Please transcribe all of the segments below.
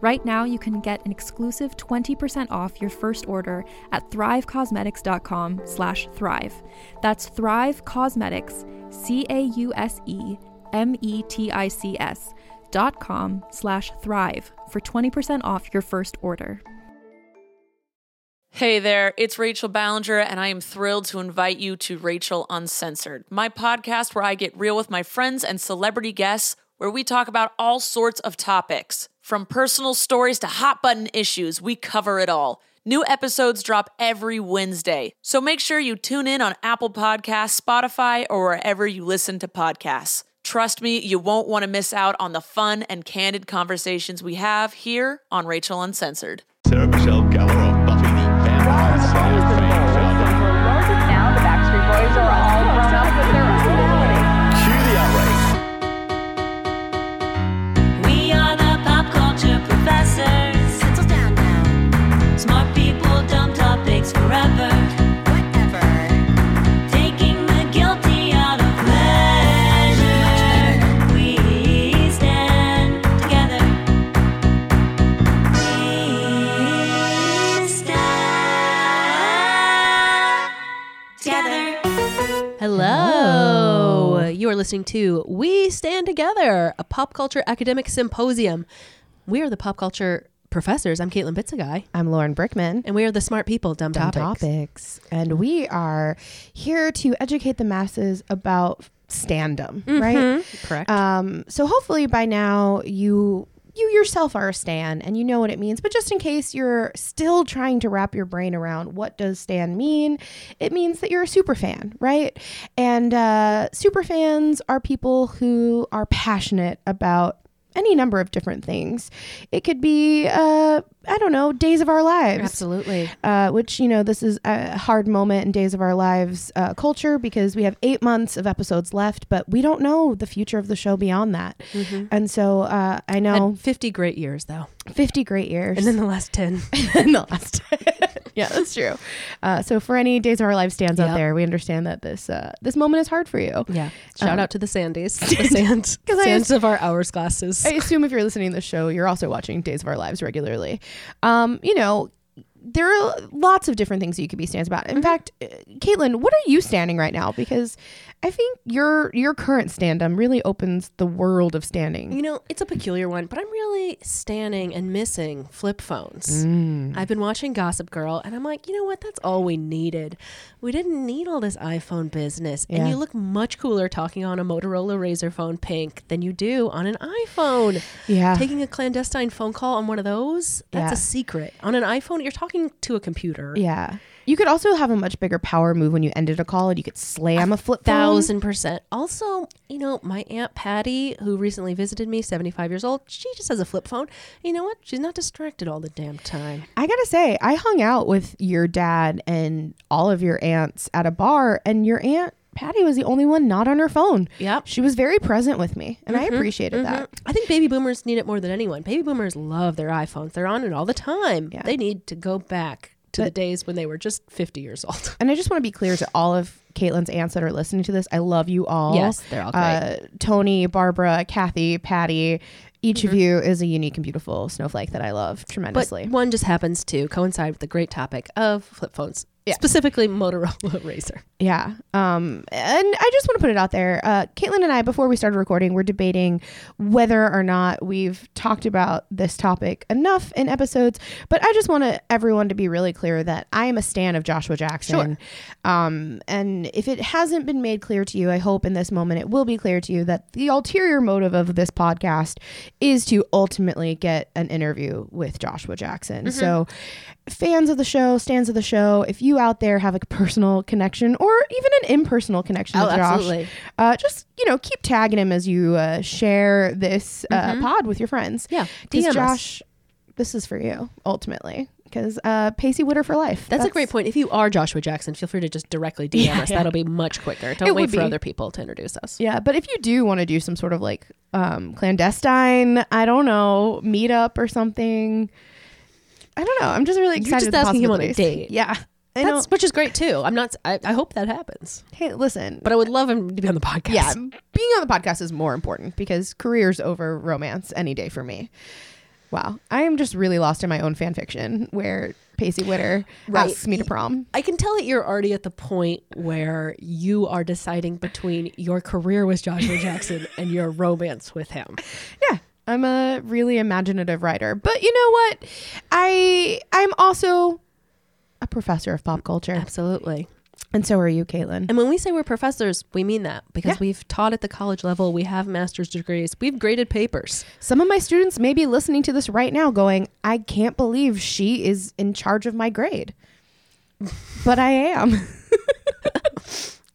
Right now, you can get an exclusive 20% off your first order at thrivecosmetics.com slash thrive. That's Thrive Cosmetics, E C-A-U-S-E-M-E-T-I-C-S dot com slash thrive for 20% off your first order. Hey there, it's Rachel Ballinger, and I am thrilled to invite you to Rachel Uncensored, my podcast where I get real with my friends and celebrity guests, where we talk about all sorts of topics. From personal stories to hot button issues, we cover it all. New episodes drop every Wednesday, so make sure you tune in on Apple Podcasts, Spotify, or wherever you listen to podcasts. Trust me, you won't want to miss out on the fun and candid conversations we have here on Rachel Uncensored. Sarah Michelle Gellar of Buffy the Vampire Slayer fame. Now the Backstreet Boys are all grown up with their own identity. Cue the outrage. We are the pop culture professors. Settle down now. Smart people, dumb topics forever. Whatever. Taking the guilty out of pleasure. We stand together. We stand together. Hello. You are listening to We Stand Together, a pop culture academic symposium. We are the pop culture professors. I'm Caitlin Bitsagai, I'm Lauren Brickman. and we are the smart people, dumb, Dumb topics. topics. And we are here to educate the masses about standum, right? Mm-hmm. Correct. Um, so hopefully by now you you yourself are a stan and you know what it means. But just in case you're still trying to wrap your brain around what does stan mean, it means that you're a super fan, right? And uh, super fans are people who are passionate about any number of different things. It could be uh, I don't know, days of our lives. Absolutely. Uh, which you know this is a hard moment in days of our lives uh, culture because we have eight months of episodes left but we don't know the future of the show beyond that Mm-hmm. and so uh, i know And 50 great years, though. 50 great years And then the last 10. in the last yeah that's true uh, so for any days of our lives stands Yep. out there we understand that this uh, this moment is hard for you yeah. Shout out to the Sandies. The sand, I was- sands of our hours glasses. I assume if you're listening to the show, you're also watching Days of Our Lives regularly. Um, you know, there are lots of different things that you could be stands about. Mm-hmm. In fact, uh, Caitlin, what are you standing right now? Because I think your your current standum really opens the world of standing. You know, it's a peculiar one, but I'm really standing and missing flip phones. Mm. I've been watching Gossip Girl, and I'm like, you know what? That's all we needed. We didn't need all this iPhone business. And Yeah. you look much cooler talking on a Motorola Razor phone pink than you do on an iPhone. Yeah. Taking a clandestine phone call on one of those, that's Yeah. a secret. On an iPhone, you're talking to a computer. Yeah. You could also have a much bigger power move when you ended a call and you could slam a flip phone. thousand percent. Also, you know, my aunt Patty, who recently visited me, seventy-five years old, she just has a flip phone. You know what? She's not distracted all the damn time. I gotta say, I hung out with your dad and all of your aunts at a bar, and your aunt Patty was the only one not on her phone. Yep. Mm-hmm. She was very present with me, and I appreciated that. I think baby boomers need it more than anyone. Baby boomers love their iPhones. They're on it all the time. Yeah. They need to go back to the days when they were just fifty years old. And I just want to be clear to all of Caitlin's aunts that are listening to this. I love you all. Yes, they're all great. Uh, Tony, Barbara, Kathy, Patty, Each of you is a unique and beautiful snowflake that I love Mm-hmm. But tremendously. one just happens to coincide with the great topic of flip phones, Yeah. specifically Motorola Razr. Yeah. Um, and I just want to put it out there. Uh, Caitlin and I, before we started recording, we're debating whether or not we've talked about this topic enough in episodes. But I just want to, everyone to be really clear that I am a stan of Joshua Jackson. Um, and if it hasn't been made clear to you, I hope in this moment it will be clear to you that the ulterior motive of this podcast is to ultimately get an interview with Joshua Jackson. So, fans of the show, stands of the show, if you out there have a personal connection or even an impersonal connection Oh, with Josh, absolutely. uh, just you know keep tagging him as you uh, share this uh, pod with your friends. Mm-hmm. Yeah, 'Cause DM us. Josh, this is for you ultimately because uh, Pacey Witter for life. That's, a great point. If you are Joshua Jackson, feel free to just directly DM us. That'll be much quicker. Don't It wait would for be. other people to introduce us. Yeah, but if you do want to do some sort of like um, clandestine, I don't know, meetup or something. I don't know. I'm just really excited. just at the asking him on a possibilities. date. Yeah. I That's, know. which is great too. I'm not. I, I hope that happens. Hey, listen. But I would love him to be on the podcast. yeah, being on the podcast is more important because careers over romance any day for me. Wow, I am just really lost in my own fan fiction where Pacey Witter Right. asks me to prom. I can tell that you're already at the point where you are deciding between your career with Joshua Jackson and your romance with him. Yeah. I'm a really imaginative writer. But you know what? I I'm also a professor of pop culture. Absolutely. And so are you, Caitlin. And when we say we're professors, we mean that because Yeah. we've taught at the college level, we have master's degrees, we've graded papers. Some of my students may be listening to this right now going, I can't believe she is in charge of my grade. But I am.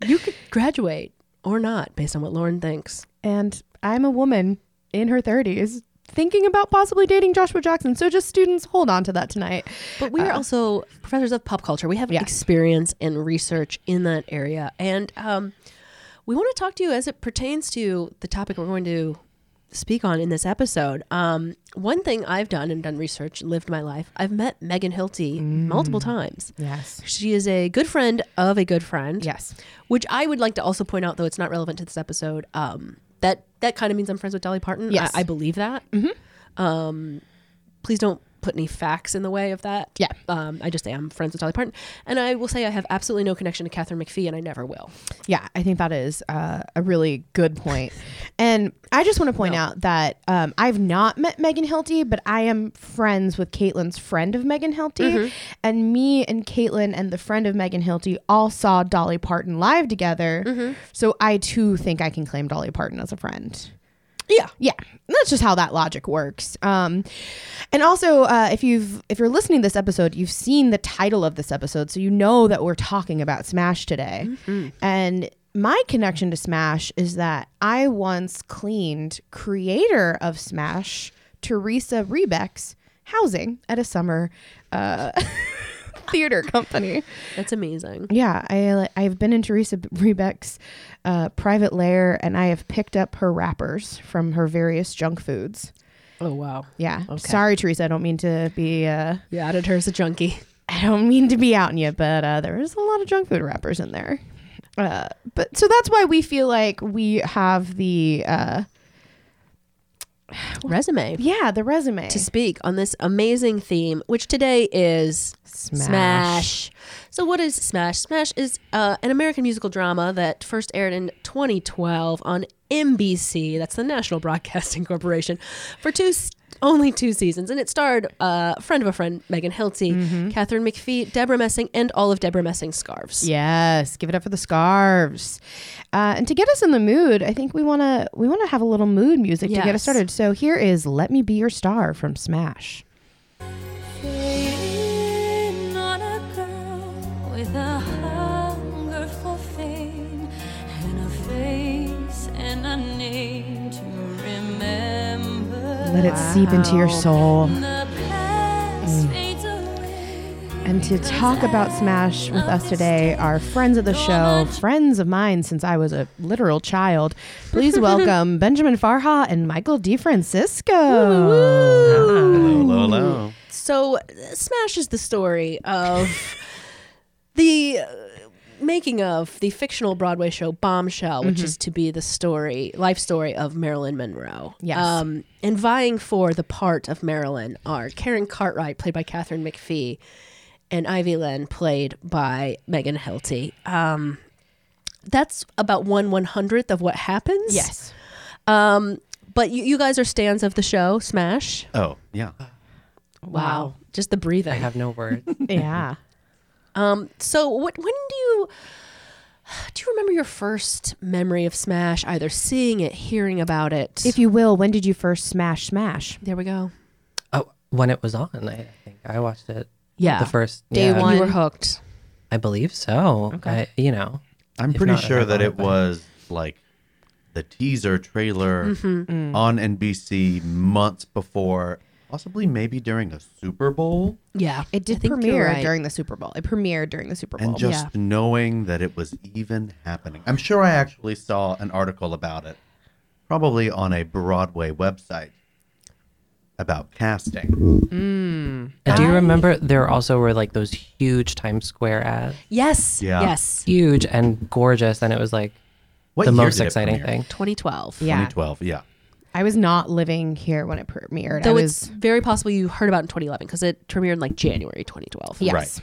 You could graduate or not based on what Lauren thinks. and I'm a woman in her 30s thinking about possibly dating Joshua Jackson. So just students, hold on to that tonight. But we are also professors of pop culture. We have Uh, Yeah. experience and research in that area. And um, we want to talk to you as it pertains to the topic we're going to speak on in this episode. Um, one thing I've done and done research, lived my life, I've met Megan Hilty Mm. multiple times. Yes. She is a good friend of a good friend. Yes. Which I would like to also point out, though it's not relevant to this episode, um, that that kind of means I'm friends with Dolly Parton. Yes. I, I believe that. Um, please don't put any facts in the way of that. Yeah. Um, I just am friends with Dolly Parton. And I will say I have absolutely no connection to Catherine McPhee, and I never will. Yeah, I think that is uh, a really good point. And I just want to point out that um, I've not met Megan Hilty, but I am friends with Caitlin's friend of Megan Hilty. And me and Caitlin and the friend of Megan Hilty all saw Dolly Parton live together. So I too think I can claim Dolly Parton as a friend. Yeah. Yeah, that's just how that logic works. Um, and also, uh, if you've if you're listening to this episode, you've seen the title of this episode, so you know that we're talking about Smash today. And my connection to Smash is that I once cleaned creator of Smash, Teresa Rebeck's housing at a summer uh, theater company. That's amazing. Yeah, I I've been in Teresa Rebeck's uh, private lair, and I have picked up her wrappers from her various junk foods. Oh, wow. Yeah, sorry, Teresa, I don't mean to be uh, You added her as a junkie. I don't mean to be outing you, but uh, there is a lot of junk food wrappers in there. Uh, but so that's why we feel like we have the uh, Resume. yeah the resume to speak on this amazing theme, which today is Smash. Smash. So, what is Smash? Smash is uh, an American musical drama that first aired in 2012 on NBC. That's the National Broadcasting Corporation for two. s- only two seasons, and it starred uh, friend of a friend, Megan Hilty, Catherine McPhee, Deborah Messing, and all of Deborah Messing's scarves. Yes, give it up for the scarves. Uh, and to get us in the mood, I think we want to we want to have a little mood music to get us Yes. started. So here is "Let Me Be Your Star" from Smash. Fading on a girl with a hunger for fame and a face and a name to remember. Let it seep into your soul. The past Mm. fades away. And to talk about Smash with us today are friends of the show, friends of mine since I was a literal child. Please welcome Benjamin Farha and Michael DeFrancisco. Hello, hello. So, uh, Smash is the story of the uh, making of the fictional Broadway show Bombshell, which is to be the story, life story of Marilyn Monroe. Yes. Um, and vying for the part of Marilyn are Karen Cartwright, played by Catherine McPhee, and Ivy Len, played by Megan Hilty. Um, that's about one one hundredth of what happens. Yes. Um, but you, you guys are stands of the show, Smash. Oh, yeah. Wow. Just the breathing. I have no words. Yeah. Um, so what, when do you do you remember your first memory of Smash? Either seeing it, hearing about it. if you will, when did you first smash smash? there we go. oh, when it was on, I think I watched it. Yeah. the first Day yeah, one, you were hooked. I believe so. Okay, I, you know, I'm If pretty not, I sure have that all it of them. was like the teaser trailer on NBC months before, possibly maybe during a Super Bowl, Yeah, It did think you're premiere right. during the Super Bowl. It premiered during the Super Bowl. and just knowing that it was even happening. I'm sure I actually saw an article about it, probably on a Broadway website about casting. And do you remember there also were like those huge Times Square ads, Yes. Yeah. Yes. huge and gorgeous, and it was like What the year most did it exciting premiere? thing. 2012. yeah. 2012, yeah. I was not living here when it premiered. I Though it's was very possible you heard about it in 2011 because it premiered in like January 2012. yes. Right.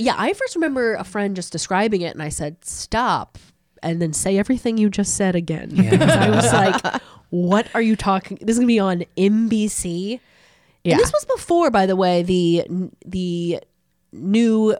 Yeah, I first remember a friend just describing it, and I said, "Stop," and then say everything you just said again. Because I was like, "What are you talking? This is gonna be on NBC." Yeah. And this was before, by the way, the the new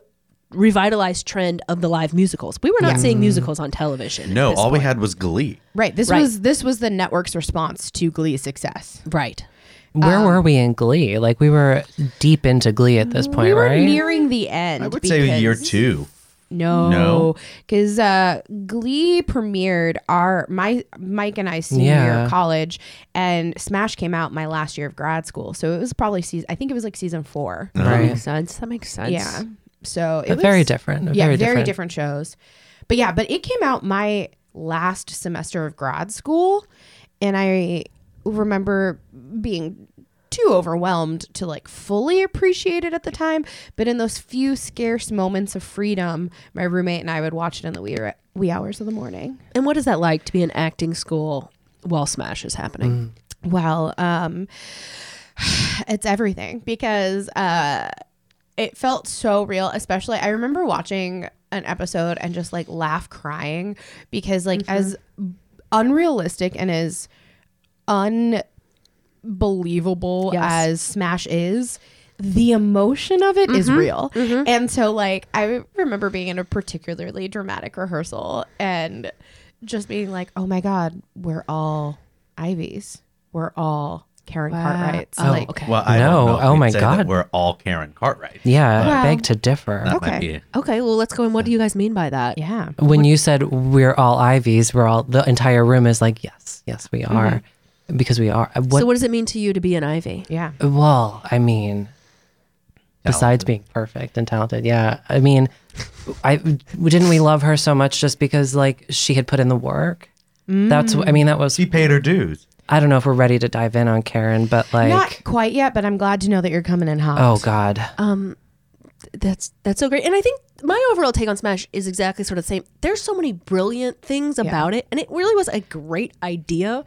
revitalized trend of the live musicals. We were not seeing musicals on television. at No, this all we point. had was Glee. Right. This Right. was this was the network's response to Glee's success. right. Where were we in Glee? Like we were deep into Glee at this point, we were right? nearing the end. I would say year because- two. No, because uh, Glee premiered our my Mike and I senior year Yeah. of college, and Smash came out my last year of grad school, so it was probably season. I think it was like season four. That Right. makes sense. That makes sense. Yeah, so it But was very different. Yeah, very, different. shows, but yeah, but it came out my last semester of grad school, and I remember being too overwhelmed to like fully appreciate it at the time but in those few scarce moments of freedom my roommate and i would watch it in the wee, wee hours of the morning And what is that like to be in acting school while Smash is happening? Well, um, it's everything because uh, it felt so real. Especially, I remember watching an episode and just like laugh crying because, like, Mm-hmm. as unrealistic and as unbelievable Yes. as Smash is. The emotion of it is Mm-hmm. real. And so, like, I remember being in a particularly dramatic rehearsal and just being like, oh my God, we're all Ivies. We're all Karen Cartwrights. Oh, like, okay. Well, I don't No, know if oh we'd my say that God. We're all Karen Cartwright. Yeah, Well- I beg to differ. That Okay. might be it. Okay, well, let's go. And what do you guys mean by that? Yeah. when you said we're all Ivies, we're all the entire room is like yes, yes, we are, because we are. What, So, what does it mean to you to be an Ivy? Yeah. Well, I mean, besides being perfect and talented, yeah. I mean, I didn't we love her so much just because like she had put in the work. That's I mean that was She paid her dues. I don't know if we're ready to dive in on Karen, but like Not quite yet, but I'm glad to know that you're coming in hot. oh god, That's that's so great. And I think my overall take on Smash is exactly sort of the same. There's so many brilliant things about it, and it really was a great idea.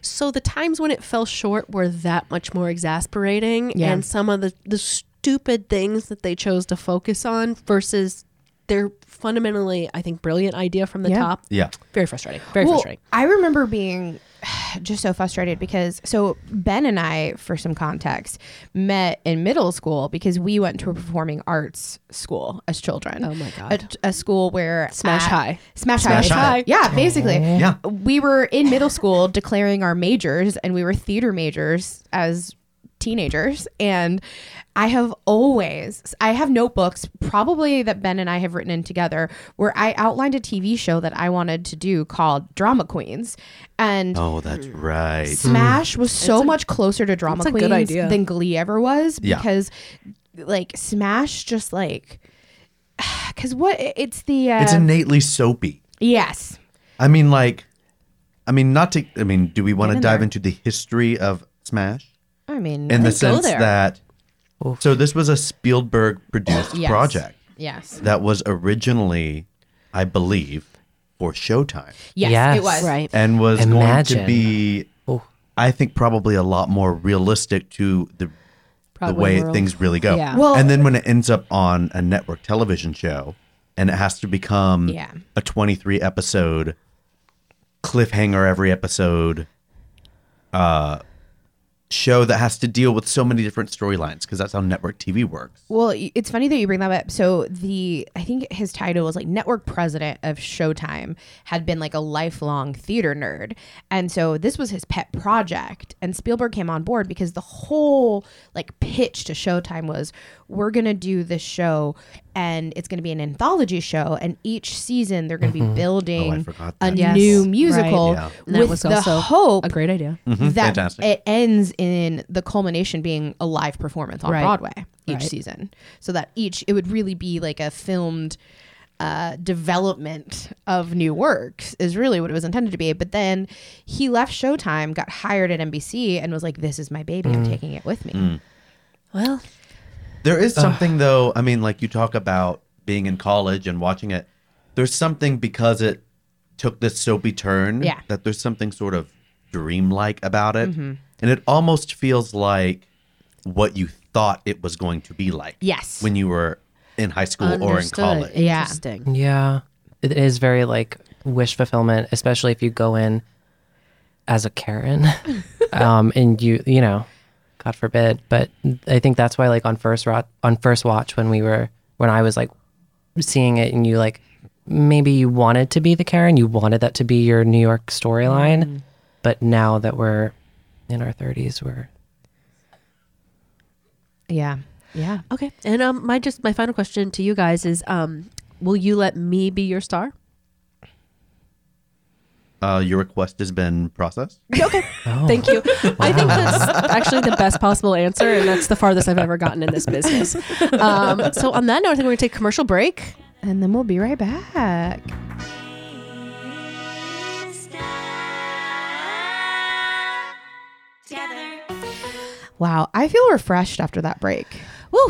So the times when it fell short were that much more exasperating, Yeah. and some of the the stupid things that they chose to focus on versus their fundamentally, I think, brilliant idea from the Yeah. top. Yeah. Very frustrating. Very Well, frustrating. I remember being just so frustrated because so Ben and I, for some context, met in middle school because we went to a performing arts school as children. Oh my God. A, a school where Smash at- high. Smash, Smash high. high. Oh. Yeah, basically. Yeah. We were in middle school declaring our majors, and we were theater majors as teenagers and i have always i have notebooks probably that ben and i have written in together where i outlined a tv show that i wanted to do called drama queens and Oh, that's Hmm. right. Smash was so much closer to drama it's a queens good idea. than Glee ever was Yeah. because, like, Smash just like, because what it's the uh, It's innately soapy. yes, I mean, like, I mean, not to. I mean, do we want to in dive there. into the history of Smash I mean, in the go sense there. that? So this was a Spielberg produced Yes. project yes, that was originally I believe, for Showtime Yes, Yes. it was. Right. and was Imagine. going to be, I think, probably a lot more realistic to the the Broadway way world. things really go. Yeah. Well- and then when it ends up on a network television show and it has to become Yeah. a 23 episode cliffhanger every episode uh show that has to deal with so many different storylines because that's how network TV works. Well, y- it's funny that you bring that up. So the I think his title was like network president of Showtime had been like a lifelong theater nerd. And so this was his pet project and Spielberg came on board because the whole like pitch to Showtime was we're going to do this show and it's going to be an anthology show and each season they're going to be building Mm-hmm. Oh, forgot a that. Yes. new Right. musical Yeah. And that with was the also hope a great idea. that Fantastic. it ends in the culmination being a live performance on Right. Broadway each Right. season. So that each it would really be like a filmed uh, development of new works is really what it was intended to be. But then he left Showtime, got hired at NBC, and was like, "This is my baby. Mm. I'm taking it with me." Well, There is something though. I mean, like you talk about being in college and watching it. There's something because it took this soapy turn. Yeah. That there's something sort of dreamlike about it, and it almost feels like what you thought it was going to be like. Yes. When you were in high school or in understood. college. Yeah. Interesting. Yeah. It is very like wish fulfillment, especially if you go in as a Karen. um and you you know, God forbid. But I think that's why like on first ro- on first watch when we were when I was like seeing it and you like maybe you wanted to be the Karen, you wanted that to be your New York storyline. Mm. But now that we're in our thirties, we're Yeah, yeah. okay. And um, my just my final question to you guys is, um, will you let me be your star? Uh, your request has been processed. oh, Thank you. I think that's actually the best possible answer, and that's the farthest I've ever gotten in this business. Um, so on that note, I think we're gonna take a commercial break. And then we'll be right back. Wow, I feel refreshed after that break. Woo.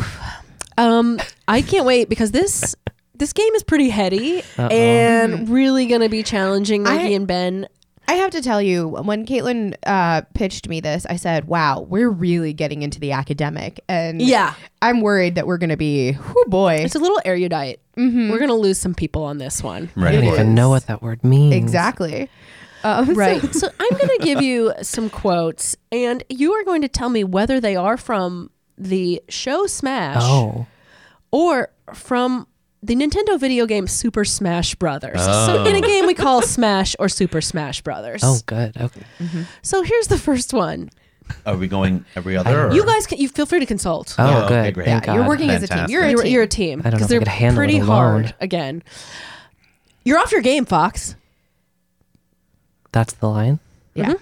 Um, I can't wait because this this game is pretty heady and really gonna be challenging Maggie I- and Ben. I have to tell you, when Caitlin uh, pitched me this, I said, "Wow, we're really getting into the academic," and Yeah. I'm worried that we're going to be, oh boy, Mm-hmm. It's a little erudite. Mm. We're gonna lose some people on this one. I Right. don't away. even know what that word means. exactly. Um, Right. so I'm going to give you some quotes, and you are going to tell me whether they are from the show Smash Oh. or from the Nintendo video game Super Smash Brothers. So in a game we call Smash or Super Smash Brothers. Oh good. Okay. So here's the first one. Are we going every other? or- You guys, can, you feel free to consult. Oh Yeah, okay, good. great. Thank Yeah, you're God. working as a team. You're a You're, team. you're a team I don't know because if I they're could handle pretty it alone. hard. Again, you're off your game, Fox. That's the line. yeah.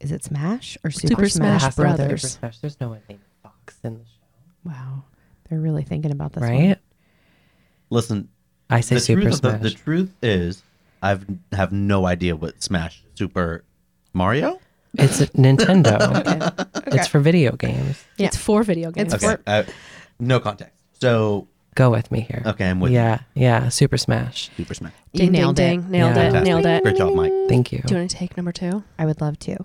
Is it Smash or Super, Super Smash, Has to be Brothers? Super Smash. There's no one named Fox in the show, Wow, they're really thinking about this, right? one. Listen. I say the Super truth of Smash. The, the truth is, I've have no idea what Smash Super Mario. It's a Nintendo. It's for video games. Yeah. It's four video games. It's- Okay. Uh, no context. So Go with me here. okay, I'm with you. yeah, yeah. Super Smash. Super Smash. You nailed ding, it. ding. Nailed Yeah. it. Fantastic. Nailed it. Great job, Mike. Thank you. Do you want to take number two? I would love to.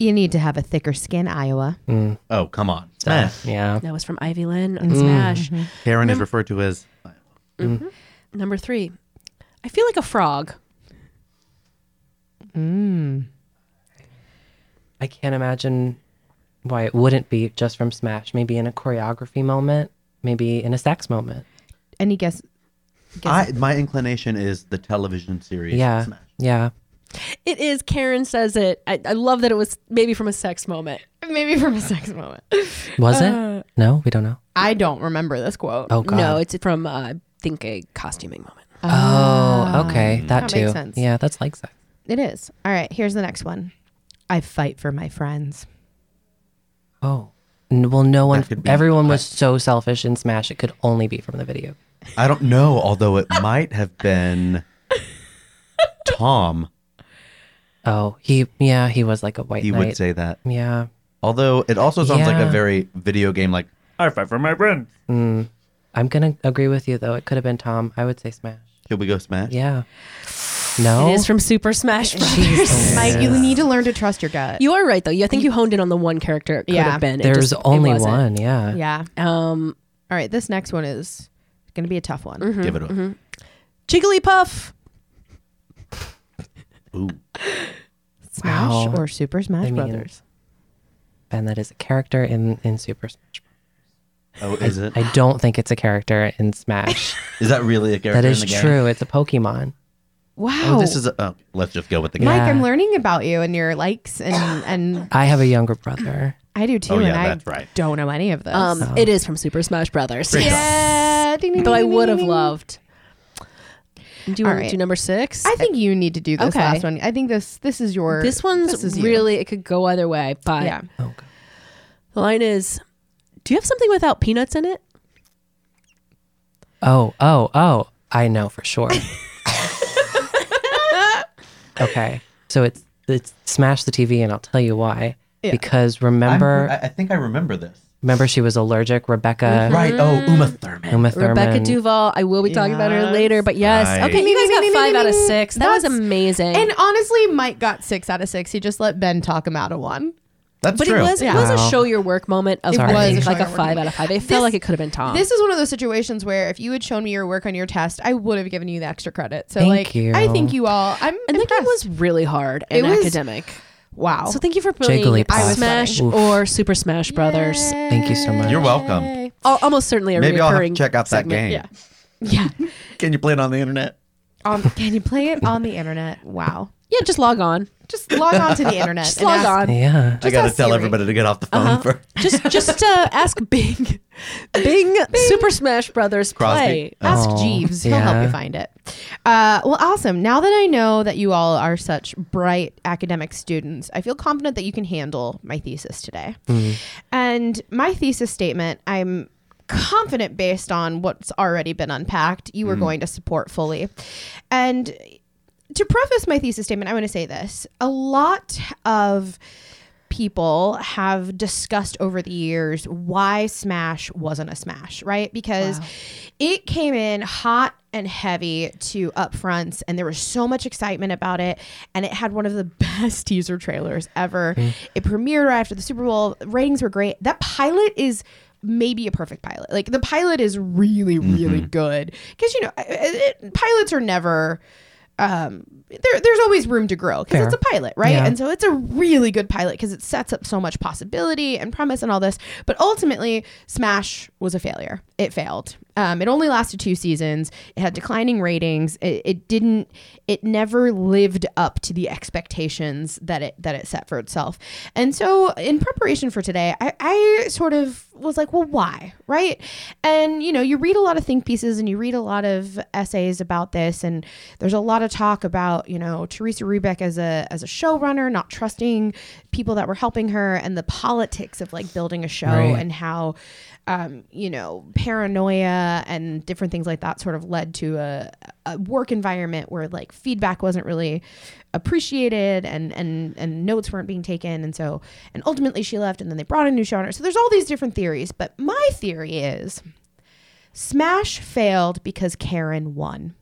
You need to have a thicker skin, Iowa. Hmm. Oh, come on. Duh. Smash. Yeah. That was from Ivy Lynn on Smash. Karen is referred to as Number three, I feel like a frog. I can't imagine why it wouldn't be just from Smash. Maybe in a choreography moment. Maybe in a sex moment. Any guess? I, my inclination is the television series. Yeah. Smash. Yeah. It is. Karen says it. I, I love that it was maybe from a sex moment. Maybe from a sex moment. Was it? No, we don't know. I don't remember this quote. Oh God. No, it's from uh, I think a costuming moment. Oh, okay. That, That too. makes sense. Yeah, that's like sex. It is. All right, here's the next one. I fight for my friends. Oh. N- Well, no one. could be- Everyone was so selfish in Smash. It could only be from the video. I don't know, although it might have been Tom. Oh, he. Yeah, he was like a white He knight. would say that. Yeah. Although it also sounds like Yeah. a very video game, like I fight for my friends. I'm gonna agree with you though. It could have been Tom. I would say Smash. Should we go smash? Yeah. No. It is from Super Smash Brothers. Jesus. Mike, you need to learn to trust your gut. you are right though. You, I think you honed in on the one character. It could Yeah. have been. It There's just- it only wasn't. one. Yeah. yeah. Um, All right. This next one is going to be a tough one. Give it a Mm-hmm. Jigglypuff. ooh. Mm-hmm. Smash Wow. or Super Smash I mean- Brothers? And that is a character in in Super Smash. Oh, is it? I don't think it's a character in Smash. Is that really a character that is in the game? true. It's a Pokemon. Wow. Oh, this is a. Oh, let's just go with the game. Yeah. Mike, I'm learning about you and your likes, and and I have a younger brother. I do too. Oh, yeah, and I that's right. Oh. don't know any of this. Uh, Um, It is from Super Smash Brothers. Yeah. Ding, ding, Though I ding, would ding, have ding. loved. Do you want to right. do number six? I think you need to do this Okay. last one. I think this this is your. this one's is you. really it could go either way. But yeah. the line is, "Do you have something without peanuts in it?" Oh, oh, oh. I know for sure. okay. So it's it's Smash the TV and I'll tell you why. Because I'm- remember I, I think I remember this. remember she was allergic, Rebecca Right. Oh, Uma Thurman. Uma Mm-hmm. Rebecca Thurman. Duval. I will be talking about her later. But yes, Right. okay, you guys got five out of six. That was That's- amazing. And honestly, Mike got six out of six. He just let Ben talk him out of one. That's but true. it was Yeah. it was a Wow. show your work moment of was being a show like a your work five out moment. of five. It This- felt like it could have been Tom. This is one of those situations where if you had shown me your work on your test, I would have given you the extra credit. So Thank like, you. I think you all. I'm. and the game impressed. was really hard and It was- academic. wow. So thank you for playing Jigglypuff. I was Smash funny. Oof. or Super Smash Brothers. Thank you so much. You're welcome. Al- Almost certainly a Maybe I'll have to recurring. check out that game. segment. yeah. Can you play it on the internet? Um, can you play it on the internet? Wow. Yeah, just log on. Just log on to the internet. Just and log ask- on. Yeah. I gotta ask tell Siri. everybody to get off the phone first. Just just uh, ask Bing. Bing, Super Smash Brothers play. Crosby. Ask Oh, Jeeves. He'll help you yeah. find it. Uh, well, awesome. Now that I know that you all are such bright academic students, I feel confident that you can handle my thesis today. And my thesis statement, I'm confident based on what's already been unpacked, you are going to support fully. And to preface my thesis statement, I want to say this. A lot of people have discussed over the years why Smash wasn't a smash, right? Because it came in hot and heavy to upfronts and there was so much excitement about it and it had one of the best teaser trailers ever. It premiered right after the Super Bowl. Ratings were great. That pilot is maybe a perfect pilot. Like the pilot is really really good because you know it, it- pilots are never um, there, there's always room to grow because Fair. it's a pilot, right? Yeah. And so it's a really good pilot because it sets up so much possibility and premise and all this. But ultimately, Smash was a failure. It failed. Um, it only lasted two seasons. It had declining ratings. It, it didn't. It never lived up to the expectations that it that it set for itself. And so, in preparation for today, I, I sort of was like, well, why, right? And you know, you read a lot of think pieces and you read a lot of essays about this, and there's a lot of talk about you know Teresa Rubeck as a as a showrunner not trusting people that were helping her, and the politics of like building a show Right. and how um, you know paranoia and different things like that sort of led to a, a work environment where like feedback wasn't really appreciated and and and notes weren't being taken and so and ultimately she left and then they brought a new showrunner so there's all these different theories but my theory is smash failed because karen won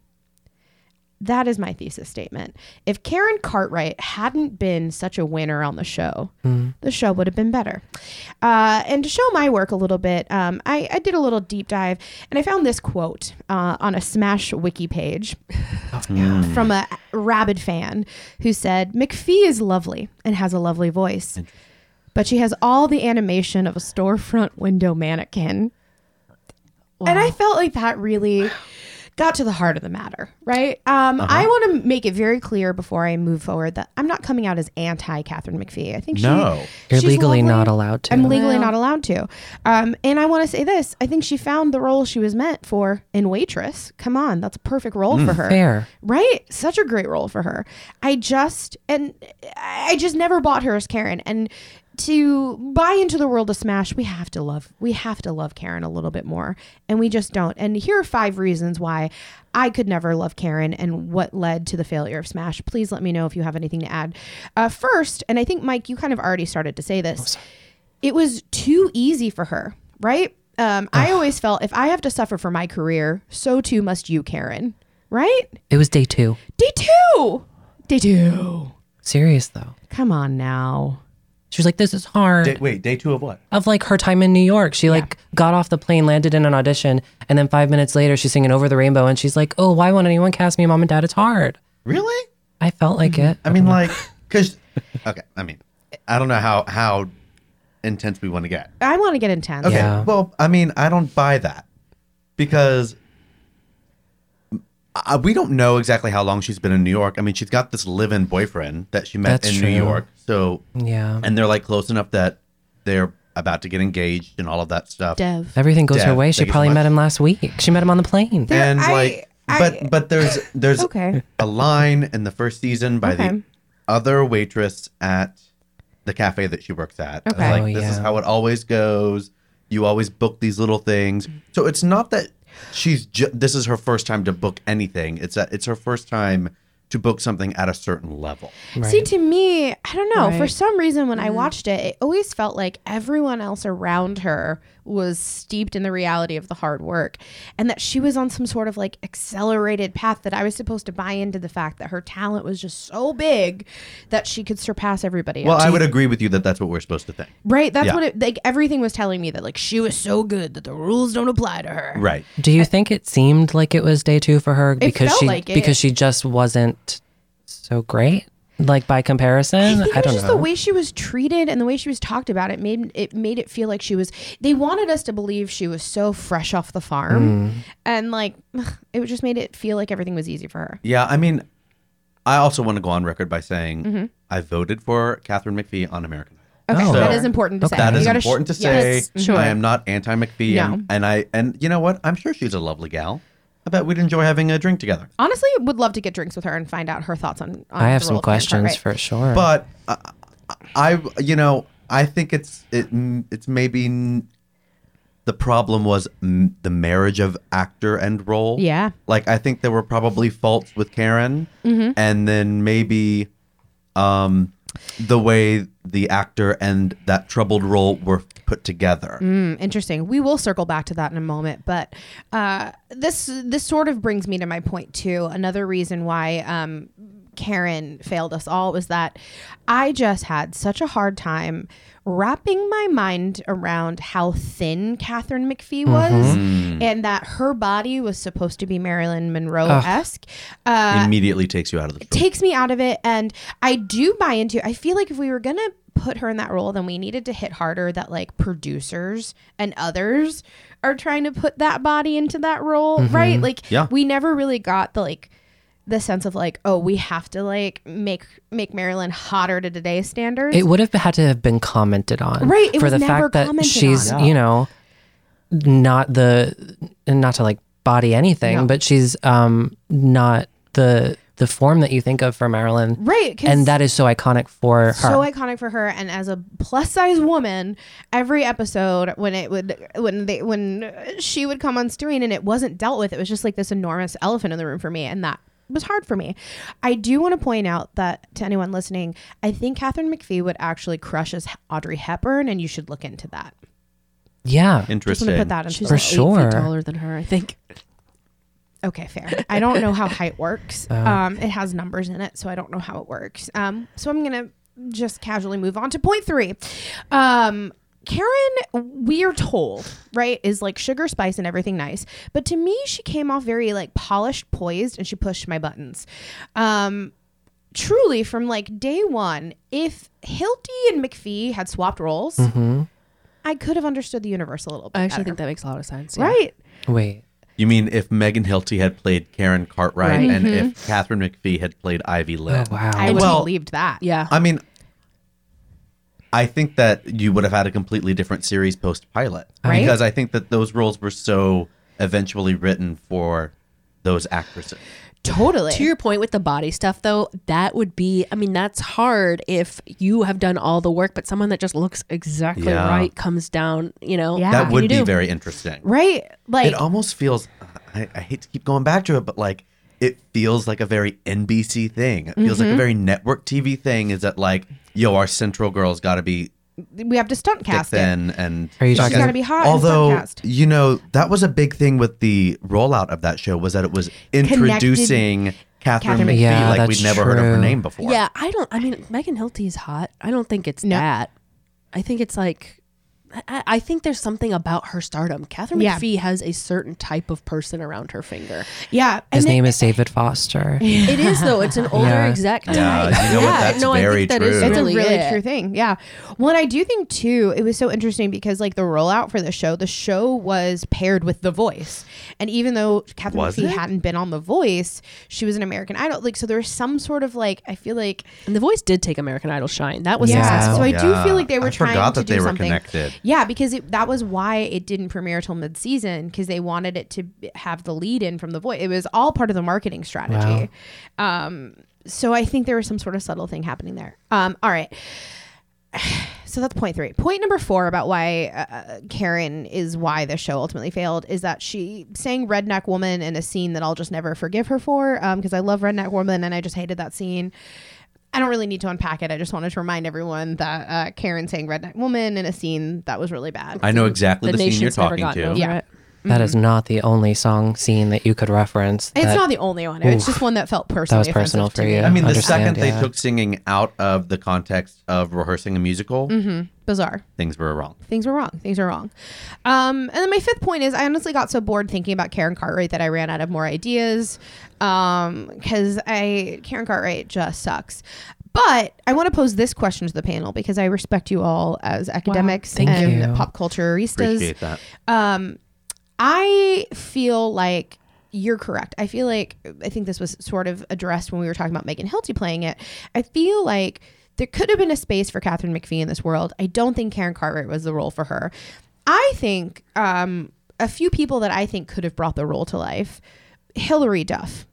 that is my thesis statement if karen cartwright hadn't been such a winner on the show the show would have been better uh, and to show my work a little bit um, I, I did a little deep dive and i found this quote uh, on a smash wiki page from a rabid fan who said, McPhee is lovely and has a lovely voice, but she has all the animation of a storefront window mannequin. And I felt like that really got to the heart of the matter, right? Um, I want to make it very clear before I move forward that I'm not coming out as anti Catherine McPhee. I think No. she, You're she's lovely. legally not allowed to. I'm legally not allowed to. Um, and I want to say this I think she found the role she was meant for in Waitress. Come on, that's a perfect role for her. Fair. Right? Such a great role for her. I just and I just never bought her as Karen. And to buy into the world of Smash, we have to love we have to love Karen a little bit more. And we just don't. And here are five reasons why I could never love Karen and what led to the failure of Smash. Please let me know if you have anything to add. Uh, first, and I think Mike, you kind of already started to say this it was too easy for her, right? Um, I always felt if I have to suffer for my career, so too must you, Karen. Right? It was day two. Day two. Day two. Serious though. Come on now. She was like, "This is hard." Day, wait, day two of what? of like her time in New York. She like got off the plane, landed in an audition, and then five minutes later, she's singing "Over the Rainbow," and she's like, "Oh, why won't anyone cast me, Mom and Dad? It's hard." Really? I felt like it. Mm-hmm. I mean, like, cause okay. I mean, I don't know how how intense we want to get. I want to get intense. Okay. Yeah. Well, I mean, I don't buy that because I, we don't know exactly how long she's been in New York. I mean, she's got this live-in boyfriend that she met That's in true. New York. So, yeah, and they're like close enough that they're about to get engaged and all of that stuff. Dev. everything goes her Dev, way. She thank you so probably much. met him last week. She met him on the plane. There- and I- like I- but but there's there's Okay. a line in the first season by Okay. the other waitress at the cafe that she works at It's Okay. like Oh, this is yeah. how it always goes you always book these little things so it's not that she's ju- this is her first time to book anything it's that it's her first time to book something at a certain level See, to me, I don't know. For Right. some reason, when I Mm-hmm. watched it, it always felt like everyone else around her was steeped in the reality of the hard work and that she was on some sort of like accelerated path that I was supposed to buy into the fact that her talent was just so big that she could surpass everybody well else. i would agree with you that that's what we're supposed to think right? That's yeah. what it, like everything was telling me that like she was so good that the rules don't apply to her. right Do you think it seemed like it was day two for her because felt she like it. because she just wasn't so great, like by comparison? I think I it was don't just know. the way she was treated and the way she was talked about. It made it made it feel like she was. They wanted us to believe she was so fresh off the farm, Mm. and like ugh, it just made it feel like everything was easy for her. Yeah, I mean, I also want to go on record by saying Mm-hmm. I voted for Catherine McPhee on American Idol. Okay, Oh. that So- is important to say. That You is gotta sh- important to say. yes. Mm-hmm. Sure. I am not anti McPhee, and, and I and you know what? I'm sure she's a lovely gal. I bet we'd enjoy having a drink together. Honestly, would love to get drinks with her and find out her thoughts on. on I have the some role of Karen questions Cartwright. for sure. But I, I, you know, I think it's it, it's maybe n- the problem was m- the marriage of actor and role. Yeah. Mm-hmm. like I think there were probably faults with Karen, and then maybe, um, the way the actor and that troubled role were put together. Mm, interesting. We will circle back to that in a moment, but uh, this this sort of brings me to my point too. Another reason why um, Karen failed us all was that I just had such a hard time wrapping my mind around how thin Catherine McPhee was, and that her body was supposed to be Marilyn Monroe esque. Uh, Immediately takes you out of the. Show. takes me out of it and i do buy into i feel like if we were gonna put her in that role then we needed to hit harder that like producers and others are trying to put that body into that role Mm-hmm. right like Yeah. we never really got the like the sense of like oh we have to like make make marilyn hotter to today's standards It would have had to have been commented on, Right, it for was the never fact that commented she's, on. you know, not the, and not to like body anything, but she's um not the the form that you think of for Marilyn, right 'cause and that is so iconic for her. so iconic for her and as a plus size woman every episode when it would when they when she would come on screen and it wasn't dealt with it was just like this enormous elephant in the room for me and that was hard for me. I do want to point out that to anyone listening, I think Catherine McPhee would actually crush as Audrey Hepburn, and you should look into that. yeah, Just want to Interesting. put that in She's For like eight feet sure. taller than her, I think. Okay, fair. I don't know how height works. Um, it has numbers in it, so I don't know how it works. Um, so I'm gonna just casually move on to point three. Um, Karen, we are told, right, is like sugar, spice, and everything nice. But to me, she came off very like polished, poised, and she pushed my buttons. Um, truly, from like day one, if Hilty and McPhee had swapped roles, I could have understood the universe a little bit. I actually better. think that makes a lot of sense. yeah. right. wait, You mean if Megan Hilty had played Karen Cartwright Right. and Mm-hmm. if Catherine McPhee had played Ivy Lynn? oh wow, I would Well- have believed that. Yeah. I mean, I think that you would have had a completely different series post pilot Right. because I think that those roles were so eventually written for those actresses. Totally. To your point with the body stuff, though, that would be, I mean, that's hard if you have done all the work, but someone that just looks exactly Yeah. right comes down, you know. Yeah. That Can would Ah, you be do? very interesting. Right? Like It almost feels, I, I hate to keep going back to it, but like, it feels like a very Mm-hmm. NBC thing. It feels like a very network TV thing is that, like, yo, our central girl's got to be we have to stunt thick, cast it. thin, and Are you She's talking- gotta be hot and Although stunt-cast. you know that was a big thing with the rollout of that show was that it was introducing Catherine, Catherine McPhee Yeah, like we'd that's never heard of her true. name before. Yeah, I don't. I mean, Megan Hilty is hot. I don't think it's No. that. I think it's like, I- I, I think there's something about her stardom. Catherine Yeah. McPhee has a certain type of person around her finger. Yeah, and His then- name is David Foster. it is though. It's an older Yeah. exact type. Yeah, you know what? That's I think very that is true. It's really a really it. true thing. Yeah. Well, and I do think too, it was so interesting because like the rollout for the show, the show was paired with The Voice, and even though Catherine Was McPhee it? hadn't been on The Voice, she was an American Idol. Like, so there was some sort of like I feel like And the voice did take American Idol shine. That was Yeah. successful. So I do Yeah. feel like they were I trying forgot to that do they were something. connected. Yeah, because it, that was why it didn't premiere till mid-season because they wanted it to b- have the lead in from the voice. It was all part of the marketing strategy. Um, so I think there was some sort of subtle thing happening there. Um, all right. So that's point three. Point number four about why uh, Karen is why the show ultimately failed is that she sang "Redneck Woman" in a scene that I'll just never forgive her for. Because I love "Redneck Woman" and I just hated that scene. I don't really need to unpack it. I just wanted to remind everyone that uh, Karen sang "Redneck Woman" in a scene that was really bad. I know exactly the, scene you're nation's never talking gotten to. over Yeah. it. That is not the only song scene that you could reference. Mm-hmm. it's that- not the only one. It's just one that felt personally personal offensive for to you. Me. I mean, the second Understand, yeah. they took singing out of the context of rehearsing a musical, Mm-hmm. Bizarre. things were wrong. Things were wrong. Things are wrong. Um, and then my fifth point is I honestly got so bored thinking about Karen Cartwright that I ran out of more ideas because I Karen Cartwright just sucks. But I want to pose this question to the panel because I respect you all as academics Thank and you. pop cultureistas. Appreciate that. Um, I feel like you're correct. I feel like I think this was sort of addressed when we were talking about Megan Hilty playing it. I feel like there could have been a space for Catherine McPhee in this world. I don't think Karen Cartwright was the role for her. I think um, a few people that I think could have brought the role to life. Hillary Duff,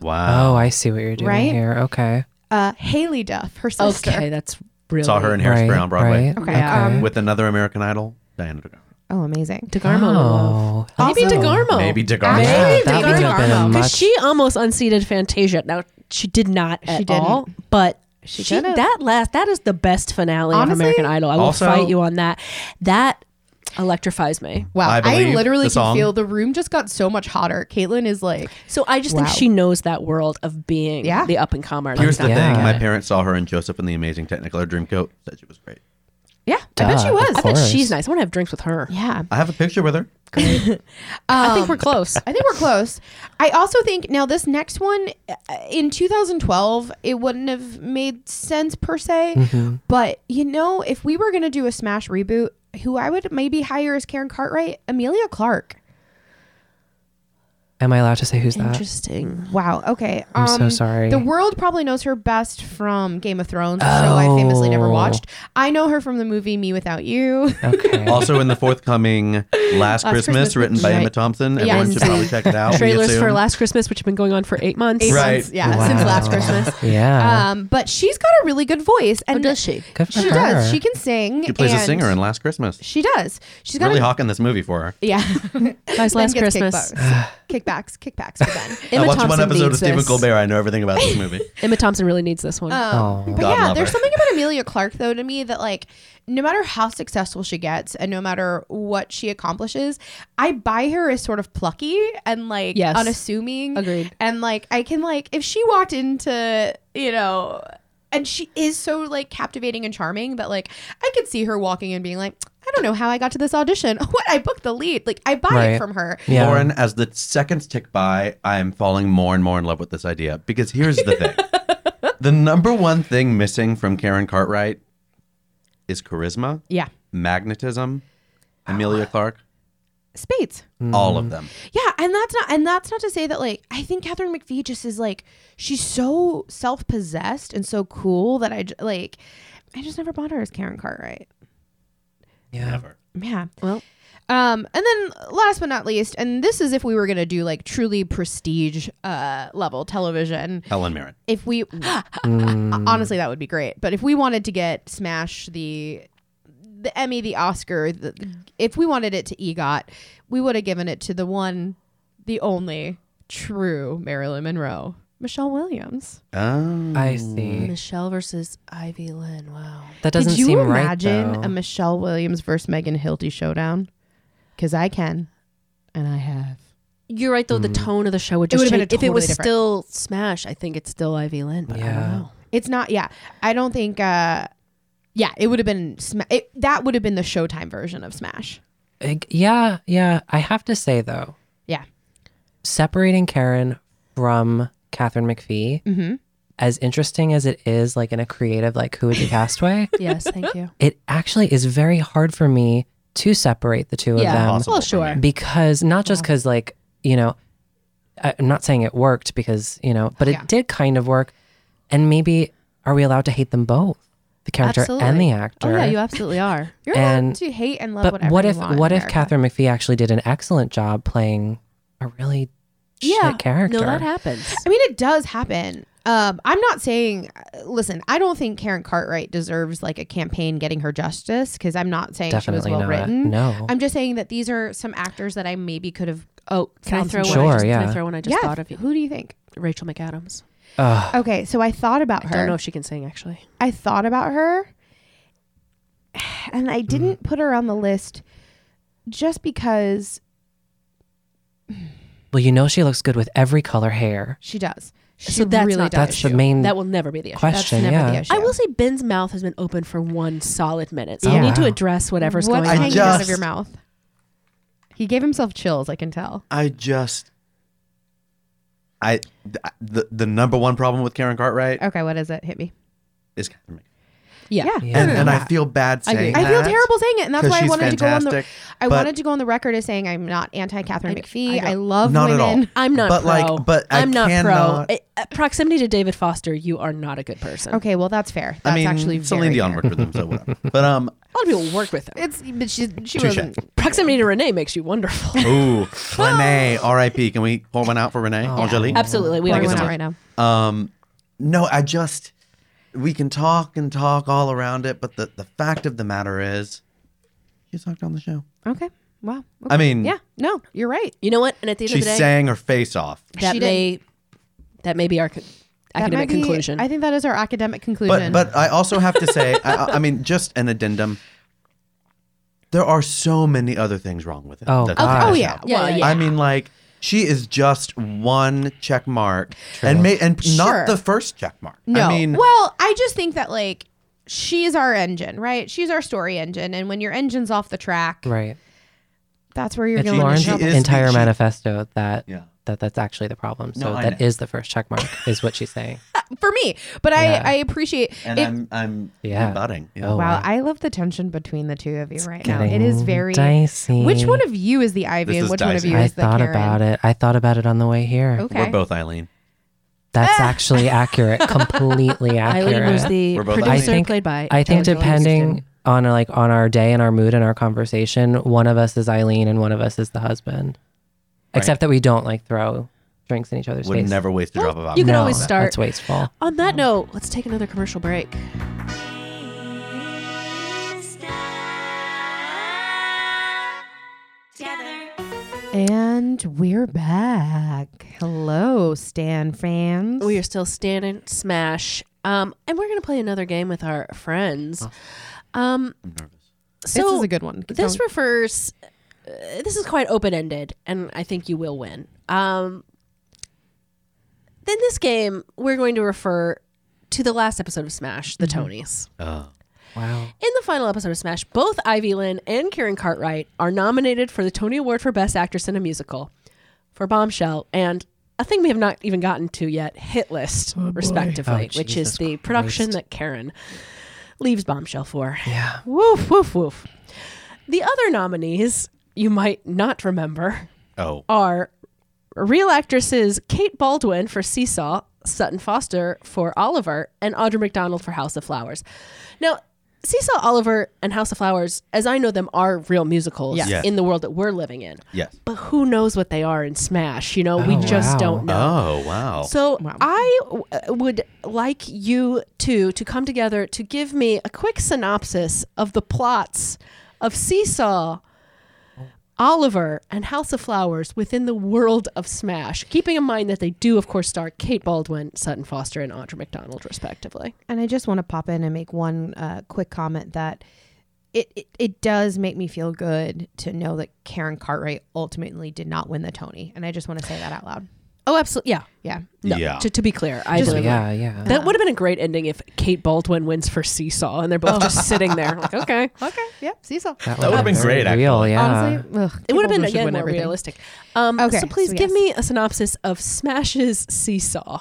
Wow. Oh, I see what you're doing Right? here. Okay. uh, Haley Duff, her sister. Okay, that's really Saw her in Hairspray Right, on Broadway Oh, Right. Okay, um, okay. with another American Idol, Diana DeGarmo. Oh, amazing. DeGarmo. Oh, Maybe Also- DeGarmo. Maybe DeGarmo. Maybe yeah, that DeGarmo. would have been a Because much. Because she almost unseated Fantasia. Now she did not at She didn't. all, but she, could've. that last that is the best finale Honestly, of American Idol. I will also- fight you on that. That electrifies me. Wow, I I, Believe, literally the can song. feel the room just got so much hotter. Caitlin is like, So I just Wow. think she knows that world of being Yeah. the up and comer. Here's the Yeah. thing: my parents saw her in Joseph and the Amazing Technicolor Dreamcoat. Said she was great. yeah, I bet Duh, she of was. I bet course. she's nice. I want to have drinks with her. Yeah. I have a picture with her. I Um, think we're close. I think we're close. I also think now this next one uh, in 2012 it wouldn't have made sense per se, Mm-hmm. but you know if we were gonna do a Smash reboot, who I would maybe hire as Karen Cartwright, Amelia Clark. Am I allowed to say who's that? Interesting. Wow. Okay. um, I'm so sorry. The world probably knows her best from Game of Thrones, a show I famously never Oh. watched. I know her from the movie Me Without You. Okay. Also in the forthcoming Last, Christmas, Christmas, written by right. Emma Thompson. Everyone should Yes. probably check it out. we Trailers for assume. Last Christmas, which have been going on for eight months. Eight Right. months- yeah, since Wow. last Christmas. Yeah. Um, but she's got a really good voice, and she? Good for She her. does. She can sing. She plays a and singer in Last Christmas. She does. She's got Really a, hawking this movie for her. Yeah. Guys, Ben last gets Christmas. Kickbacks. kickbacks. Kickbacks for Ben. Emma I watched Thompson one episode needs of Stephen this. Colbert. I know everything about this movie. Emma Thompson really needs this one. oh. But God yeah, love there's her. something about Amelia Clark though to me that like no matter how successful she gets and no matter what she accomplishes, I buy her as sort of plucky and like Yes. unassuming. Agreed. And like I can like if she walked into, you know, and she is so like captivating and charming that like I could see her walking and being like, I don't know how I got to this audition. What I booked the lead. Like I buy it Right. from her. Yeah. Lauren, as the seconds tick by, I am falling more and more in love with this idea because here's the thing. the number one thing missing from Karen Cartwright is charisma, Yeah. magnetism, Amelia Clark, Spades. all of them. Yeah, and that's not and that's not to say that like I think Catherine McPhee just is like she's so self possessed and so cool that I j- like I just never bought her as Karen Cartwright. Yeah. Yeah. Well. Um, and then last but not least, and this is if we were gonna do like truly prestige uh level television. Helen Mirren. If we Mm. honestly that would be great, but if we wanted to get smash the the Emmy, the Oscar, the, if we wanted it to EGOT, we would have given it to the one, the only true Marilyn Monroe. Michelle Williams. Oh. I see. Michelle versus Ivy Lynn. Wow. That doesn't Did you seem right. imagine though. a Michelle Williams versus Megan Hilty showdown? Because I can, and I have. You're right Hmm. though. The tone of the show would It just would've been change. a if it was totally different- still Smash, I think it's still Ivy Lynn. But I Yeah. don't know. It's not. Yeah, I don't think. uh Yeah, it would have been. Sma- it, that would have been the Showtime version of Smash. Ig- yeah, yeah. I have to say though, Yeah. separating Karen from Catherine McPhee, Mm-hmm. as interesting as it is, like in a creative, like who would be castaway, Yes, thank you. it actually is very hard for me to separate the two Yeah. of them Impossible well, for sure. me. because not just because like you know, I- I'm not saying it worked because you know, but it Yeah. did kind of work, and maybe are we allowed to hate them both, the character and the actor? Oh yeah, you absolutely are. You're And- allowed to hate and love but whatever what you if want in what if America. Catherine McPhee actually did an excellent job playing a really yeah. shit character? No, that happens. I mean, it does happen. Um, I'm not saying. Listen, I don't think Karen Cartwright deserves like a campaign getting her justice because I'm not saying Definitely she was well not. written. No. I'm just saying that these are some actors that I maybe could have. Oh, can I Sounds throw good. one? I Sure, just, Can yeah. I throw one? I just Yeah, thought of you. Who do you think? Rachel McAdams. Ugh. Okay, so I thought about I her. don't know if she can sing actually. I thought about her and I Mm-hmm. didn't put her on the list just because Well, you know she looks good with every color hair. she does. She So that's really not the does. That's the main That will never be the issue. question. never the yeah. issue. I will say Ben's mouth has been open for one solid minute, so Yeah. we need to address whatever's What's going on. hanging out of just- your mouth? He gave himself chills, I can tell. I just I th- the the number one problem with Karen Cartwright Okay, what is it? Hit me. is Catherine. McPhee. Yeah. Yeah. And, and I feel bad I agree. saying I feel that, terrible saying it, and that's 'cause why I she's wanted to go on the fantastic, I but wanted to go on the record as saying I'm not anti Catherine I- McPhee. I I, love Not at women. all. I'm not But, pro. like, but I am not cannot- pro. Uh, proximity to David Foster, you are not a good person. Okay, well that's fair. That's I mean, actually Celine very Dion fair. worked with them, so whatever. But um, A lot of people work with him. It's but she she Touche. wasn't proximity to Renee makes you wonderful. ooh, Renee, Oh. R.I.P. Can we pour one out for Renee Angelique? Absolutely, we Pour are Thank you one so out much. right now. Um, no, I just we can talk and talk all around it, but the the fact of the matter is, she's talked on the show. Okay. Wow. I mean, Yeah. No, you're right. You know what? And at the end she of the day, sang her face off. that She may that may be our co- That academic might be- conclusion. I think that is our academic conclusion. But but I also have to say, I- I, I mean, just an addendum. There are so many other things wrong with it. Oh, that's God. on the oh show. yeah. Yeah, well, yeah, I mean, like she is just one check mark, and ma- and Sure. not the first check mark. No. I mean, well, I just think that like she's our engine, right? She's our story engine, and when your engine's off the track, Right. that's where you're It's going. Lauren's she is to the- entire she- manifesto that Yeah. that that's actually the problem. So No, I that know. is the first check mark, is what she's saying. for me. But Yeah. I I appreciate and it. I'm I'm Yeah. rebutting. Yeah. Oh, wow, I love the tension between the two of you right now. It getting is very dicey. Which one of you is the Ivy This and is which one of dicey. you I is the thought Karen? Oh. about it. I thought about it on the way here. Okay. We're both Eileen. That's actually accurate. Completely accurate. Eileen was the We're both producer I think- played by. I Kelly think Jones. depending on like on our day and our mood and our conversation, one of us is Eileen and one of us is the husband. Except that we don't like throw drinks in each other's Would face. never waste a drop of alcohol. you can No, always that- start. That's wasteful. On that note, let's take another commercial break. Together. And we're back. Hello, Stan fans. We are still standing smash. Um, and we're gonna play another game with our friends. Um, I'm nervous. so this is a good one. This Don't- refers. Uh, this is quite open ended, and I think you will win. Um, in this game, we're going to refer to the last episode of Smash, the Tonys. Oh. Wow. In the final episode of Smash, both Ivy Lynn and Karen Cartwright are nominated for the Tony Award for Best Actress in a Musical for Bombshell and a thing we have not even gotten to yet, Hit List, respectively, Oh, which is Jesus the production Christ. that Karen leaves Bombshell for. Yeah. Woof, woof, woof. The other nominees you might not remember Oh. are real actresses Kate Baldwin for Seesaw, Sutton Foster for Oliver, and Audra McDonald for House of Flowers. Now, Seesaw, Oliver, and House of Flowers, as I know them, are real musicals Yes. Yes. in the world that we're living in. Yes. But who knows what they are in Smash? You know, we Oh, just wow. don't know. Oh wow. So I w- would like you two to come together to give Oh. me a quick synopsis of the plots of Seesaw, Oliver and House of Flowers within the world of Smash, keeping in mind that they do, of course, star Kate Baldwin, Sutton Foster, and Audra McDonald, respectively. And I just want to pop in and make one uh, quick comment that it, it it does make me feel good to know that Karen Cartwright ultimately did not win the Tony, and I just want to say that out loud. Oh, absolutely. Yeah. Yeah, No, Yeah. To, to be clear, I Just- believe it. Yeah, yeah. That would have been a great ending if Kate Baldwin wins for Seesaw and they're both just sitting there. Like, okay. okay, yeah, Cecil. That, would've been very great, Real, actually. yeah. Honestly, ugh, It would have Goldman been should again win more everything. realistic. Um, Okay, so please so give yes. me a synopsis of Smash's Uh, Seesaw.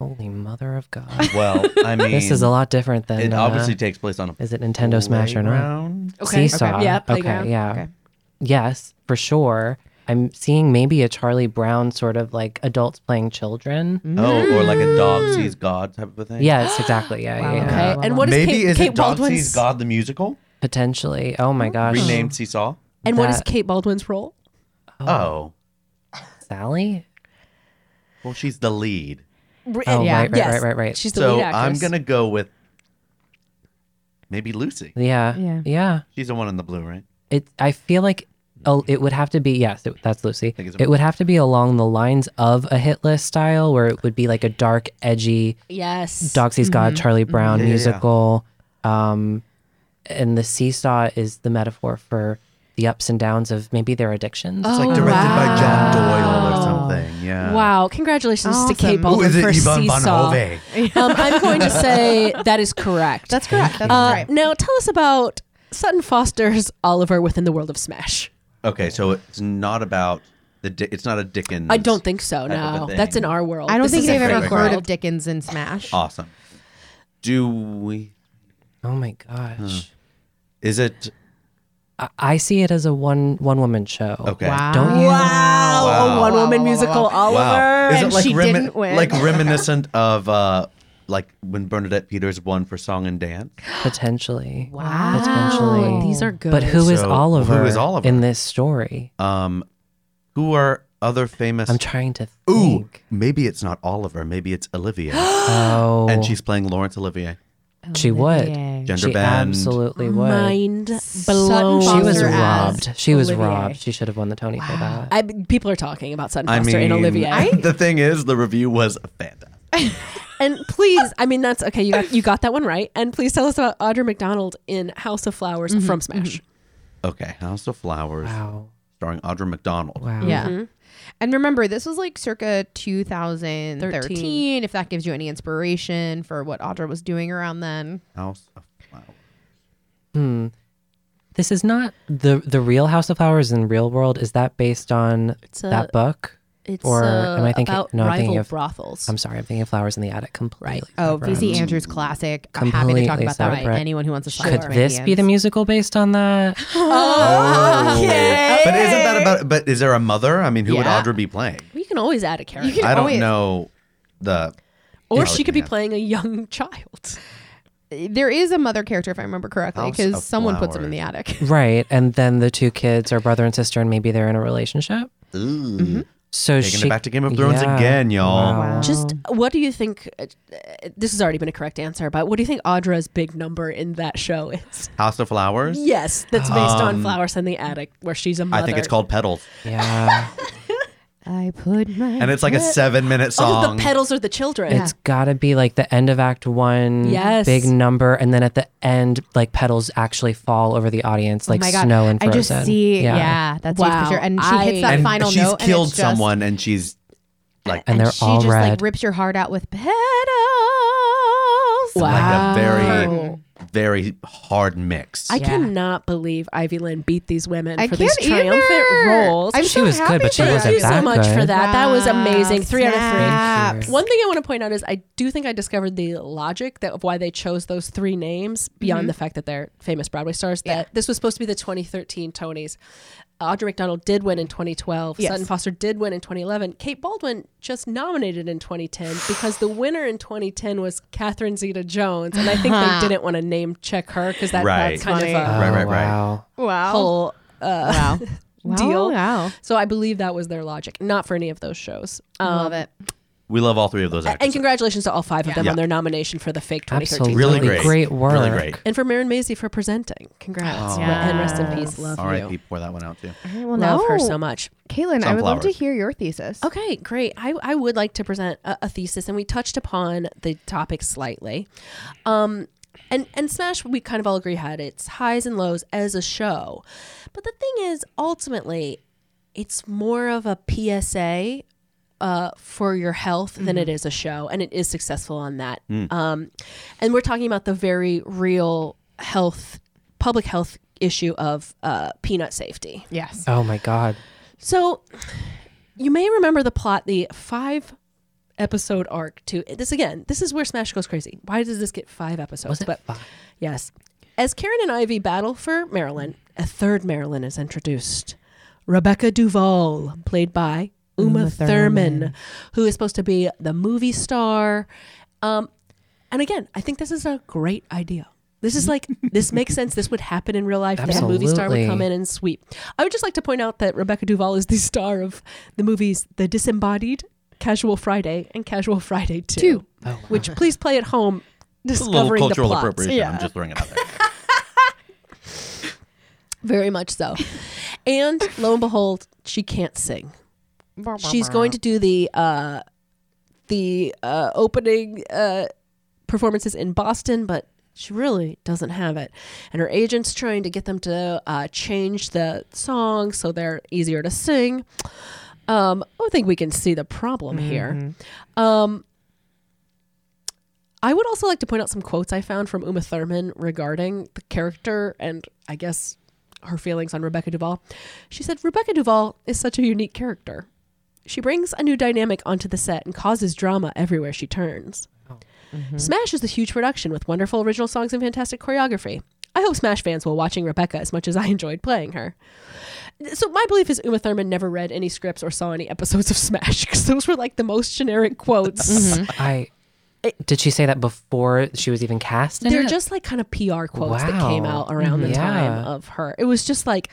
Holy mother of God! Well, I mean, This is a lot different than. It uh, obviously takes place on a is it Nintendo Smash or not? playground? Okay. Seesaw. Okay. Yeah, playground. Okay. Yeah. Okay. Yes, for sure. I'm seeing maybe a Charlie Brown sort of like adults playing children. Oh, or like a dog sees God type of a thing. Yes, exactly. Yeah, yeah, yeah. Okay. And what is Maybe Kate, is Kate it Dog Baldwin's Sees God the musical Potentially. Oh my gosh. renamed Seesaw? And what is That- Kate Baldwin's role? Oh. Sally? well, she's the lead. Oh, yeah. right, right, Yes. right, right, right. She's the So lead I'm actress. gonna go with maybe Lucy. Yeah. Yeah. Yeah. Yeah. She's the one in the blue, right? It I feel like oh, it would have to be yes, it, that's Lucy. Mm-hmm. it's a- It would have to be along the lines of a hit list style where it would be like a dark, edgy Yes. Doxy's God, Mm-hmm. Charlie Brown Mm-hmm. Yeah, yeah, yeah. musical. Um, and the seesaw is the metaphor for the ups and downs of maybe their addictions. Oh. It's like directed by John Doyle or something. Yeah. Wow. Congratulations Awesome. to Kate Who Who Baldwin Oh, is for it? Ivan Van Seesaw. Hove. um, I'm going to say that is correct. That's correct. That's Uh, right. Now tell us about Sutton Foster's Oliver within the world of Smash. Okay, so it's not about the. Di- it's not a Dickens. I don't think so. Type of a No, thing. that's in our world. I don't This think is a Oh, they've ever fake fake heard world. of Dickens and Smash. Awesome. Do we? Oh my gosh. Is it? I, I see it as a one one woman show. Hmm. Okay. Wow. Don't you? Wow, Wow. a one woman Wow, wow, wow, musical Oliver. Wow. Is and it like, she remin- didn't win. like reminiscent of uh, like when Bernadette Peters won for Song and Dance? Potentially. Wow. Potentially. These are good. But who is So, Oliver? who is Oliver? in this story? Um, who are other famous? I'm trying to Uh, Ooh, think. maybe it's not Oliver. Maybe it's Olivia, Oh, and she's playing Laurence Olivier. she Oh, would. Gender She bend. absolutely would. mind Sutton blown? she Foster was as robbed. She was Olivier. robbed. She should have won the Tony for that. I, people are talking about Sutton I Foster mean, and Olivia. the thing is, the review was fantastic. and please, I mean that's okay. You got you got that one right. And please tell us about Audra McDonald in House of Flowers from Smash. Okay, House of Flowers, Wow. starring Audra McDonald. Wow. Yeah. And remember, this was like circa 2013, if that gives you any inspiration for what Audra was doing around then. House of Flowers. This is not the the real House of Flowers in real world. Is that based on a- that book? It's uh, Or am I thinking? about No, I'm rival thinking of. brothels. I'm sorry. I'm thinking of Flowers in the Attic. Completely. Oh, separate. VC Andrews classic. I'm happy to talk Completely about that with separate. anyone who wants to Oh, talk Could about this be the Radiance. musical based on that? Oh, Okay. But isn't that about? But is there a mother? I mean, who would Yeah. Audra be playing? you can always add a character, I don't always- know the. or Yeah. she could be Yeah. playing a young child. There is a mother character, if I remember correctly, House of because someone puts him in the Flowers. attic. Right. And then the two kids are brother and sister, and maybe they're in a relationship. Ooh. So Taking she, it back to Game of Thrones Yeah. again, y'all. Just Um, what do you think? Uh, this has already been a correct answer, but what do you think Audra's big number in that show is? House of Flowers. Yes, that's based Um, on Flowers in the Attic, where she's a mother. I think it's called Petals, Yeah. I put my. and it's like a seven-minute song. Oh, the petals are the children. It's gotta be like the end of Act One, Yes. big number, and then at the end, like petals actually fall over the audience, like Oh my God. snow and I frozen. just see, yeah, that's huge Wow. for sure. And she I- hits that and final she's note. killed and it's just- someone, and she's like And and they're she all just like red. rips your heart out with petals. Wow. like a very, very hard mix. I cannot believe Ivy Lynn beat these women I for can't these triumphant either. roles. I'm She so was good, happy but she for wasn't Thank you that so much for good. that. That was Wow. amazing. Three out of Snaps. three. One thing I want to point out is I do think I discovered the logic that of why they chose those three names beyond Mm-hmm. the fact that they're famous Broadway stars. That this was supposed to be the 2013 Tonys. Audra McDonald did win in 2012. Sutton Foster did win in 2011. Kate Baldwin just nominated in 2010 because the winner in 2010 was Catherine Zeta-Jones, and I think they didn't want to name check her because that, Right. Uh-huh. that's Uh-huh. Funny. kind of Oh, a Right, right, right. wow. Wow. whole wow. deal. Wow. So I believe that was their logic, not for any of those shows. Um, Love it. We love all three of Mm. those actors. And congratulations to all five of them Yeah. on their nomination for the fake 2013. Absolutely. Really great. great. work. Really great. And for Marin Maisie for presenting. Congrats. And rest in peace. Love R.I.P. you. Pour that one out too. Well, Love her now, so much. Caitlin, I would love to Sunflower. hear your thesis. Okay, great. I, I would like to present a, a thesis, and we touched upon the topic slightly. Um, and, and Smash, we kind of all agree, had its highs and lows as a show. But the thing is, ultimately, it's more of a PSA uh, for your health than it is a show, and it is successful on that. Um, and we're talking about the very real health, public health issue of uh, peanut safety. Yes. Oh my god. So, you may remember the plot, the five episode arc to this again. This is where Smash goes crazy. Why does this get five episodes? but yes, as Karen and Ivy battle for Marilyn, a third Marilyn is introduced. Rebecca Duvall, played by Uma, Thurman, who is supposed to be the movie star. Um, and again, I think this is a great idea. This is like this makes sense. This would happen in real life. That movie star would come Absolutely. in and sweep. I would just like to point out that Rebecca Duvall is the star of the movies The Disembodied, Casual Friday, and Casual Friday Two, Two. which please play at home. It's a little Discovering cultural the plots. appropriation. Yeah. I'm just throwing it out there. Very much so. and lo and behold, she can't sing. She's going to do the uh, the uh, opening uh, performances in Boston, but she really doesn't have it. And her agent's trying to get them to uh, change the song so they're easier to sing. Um, I think we can see the problem here. Um, I would also like to point out some quotes I found from Uma Thurman regarding the character and I guess her feelings on Rebecca Duvall. She said, Rebecca Duvall is such a unique character. She brings a new dynamic onto the set and causes drama everywhere she turns. Smash is a huge production with wonderful original songs and fantastic choreography. I hope Smash fans will watching Rebecca as much as I enjoyed playing her. So my belief is Uma Thurman never read any scripts or saw any episodes of Smash because those were like the most generic quotes. I did she say that before she was even cast? in They're it? just like kind of PR quotes that came Wow. out around the Mm, Mhm. time Yeah. of her. It was just like,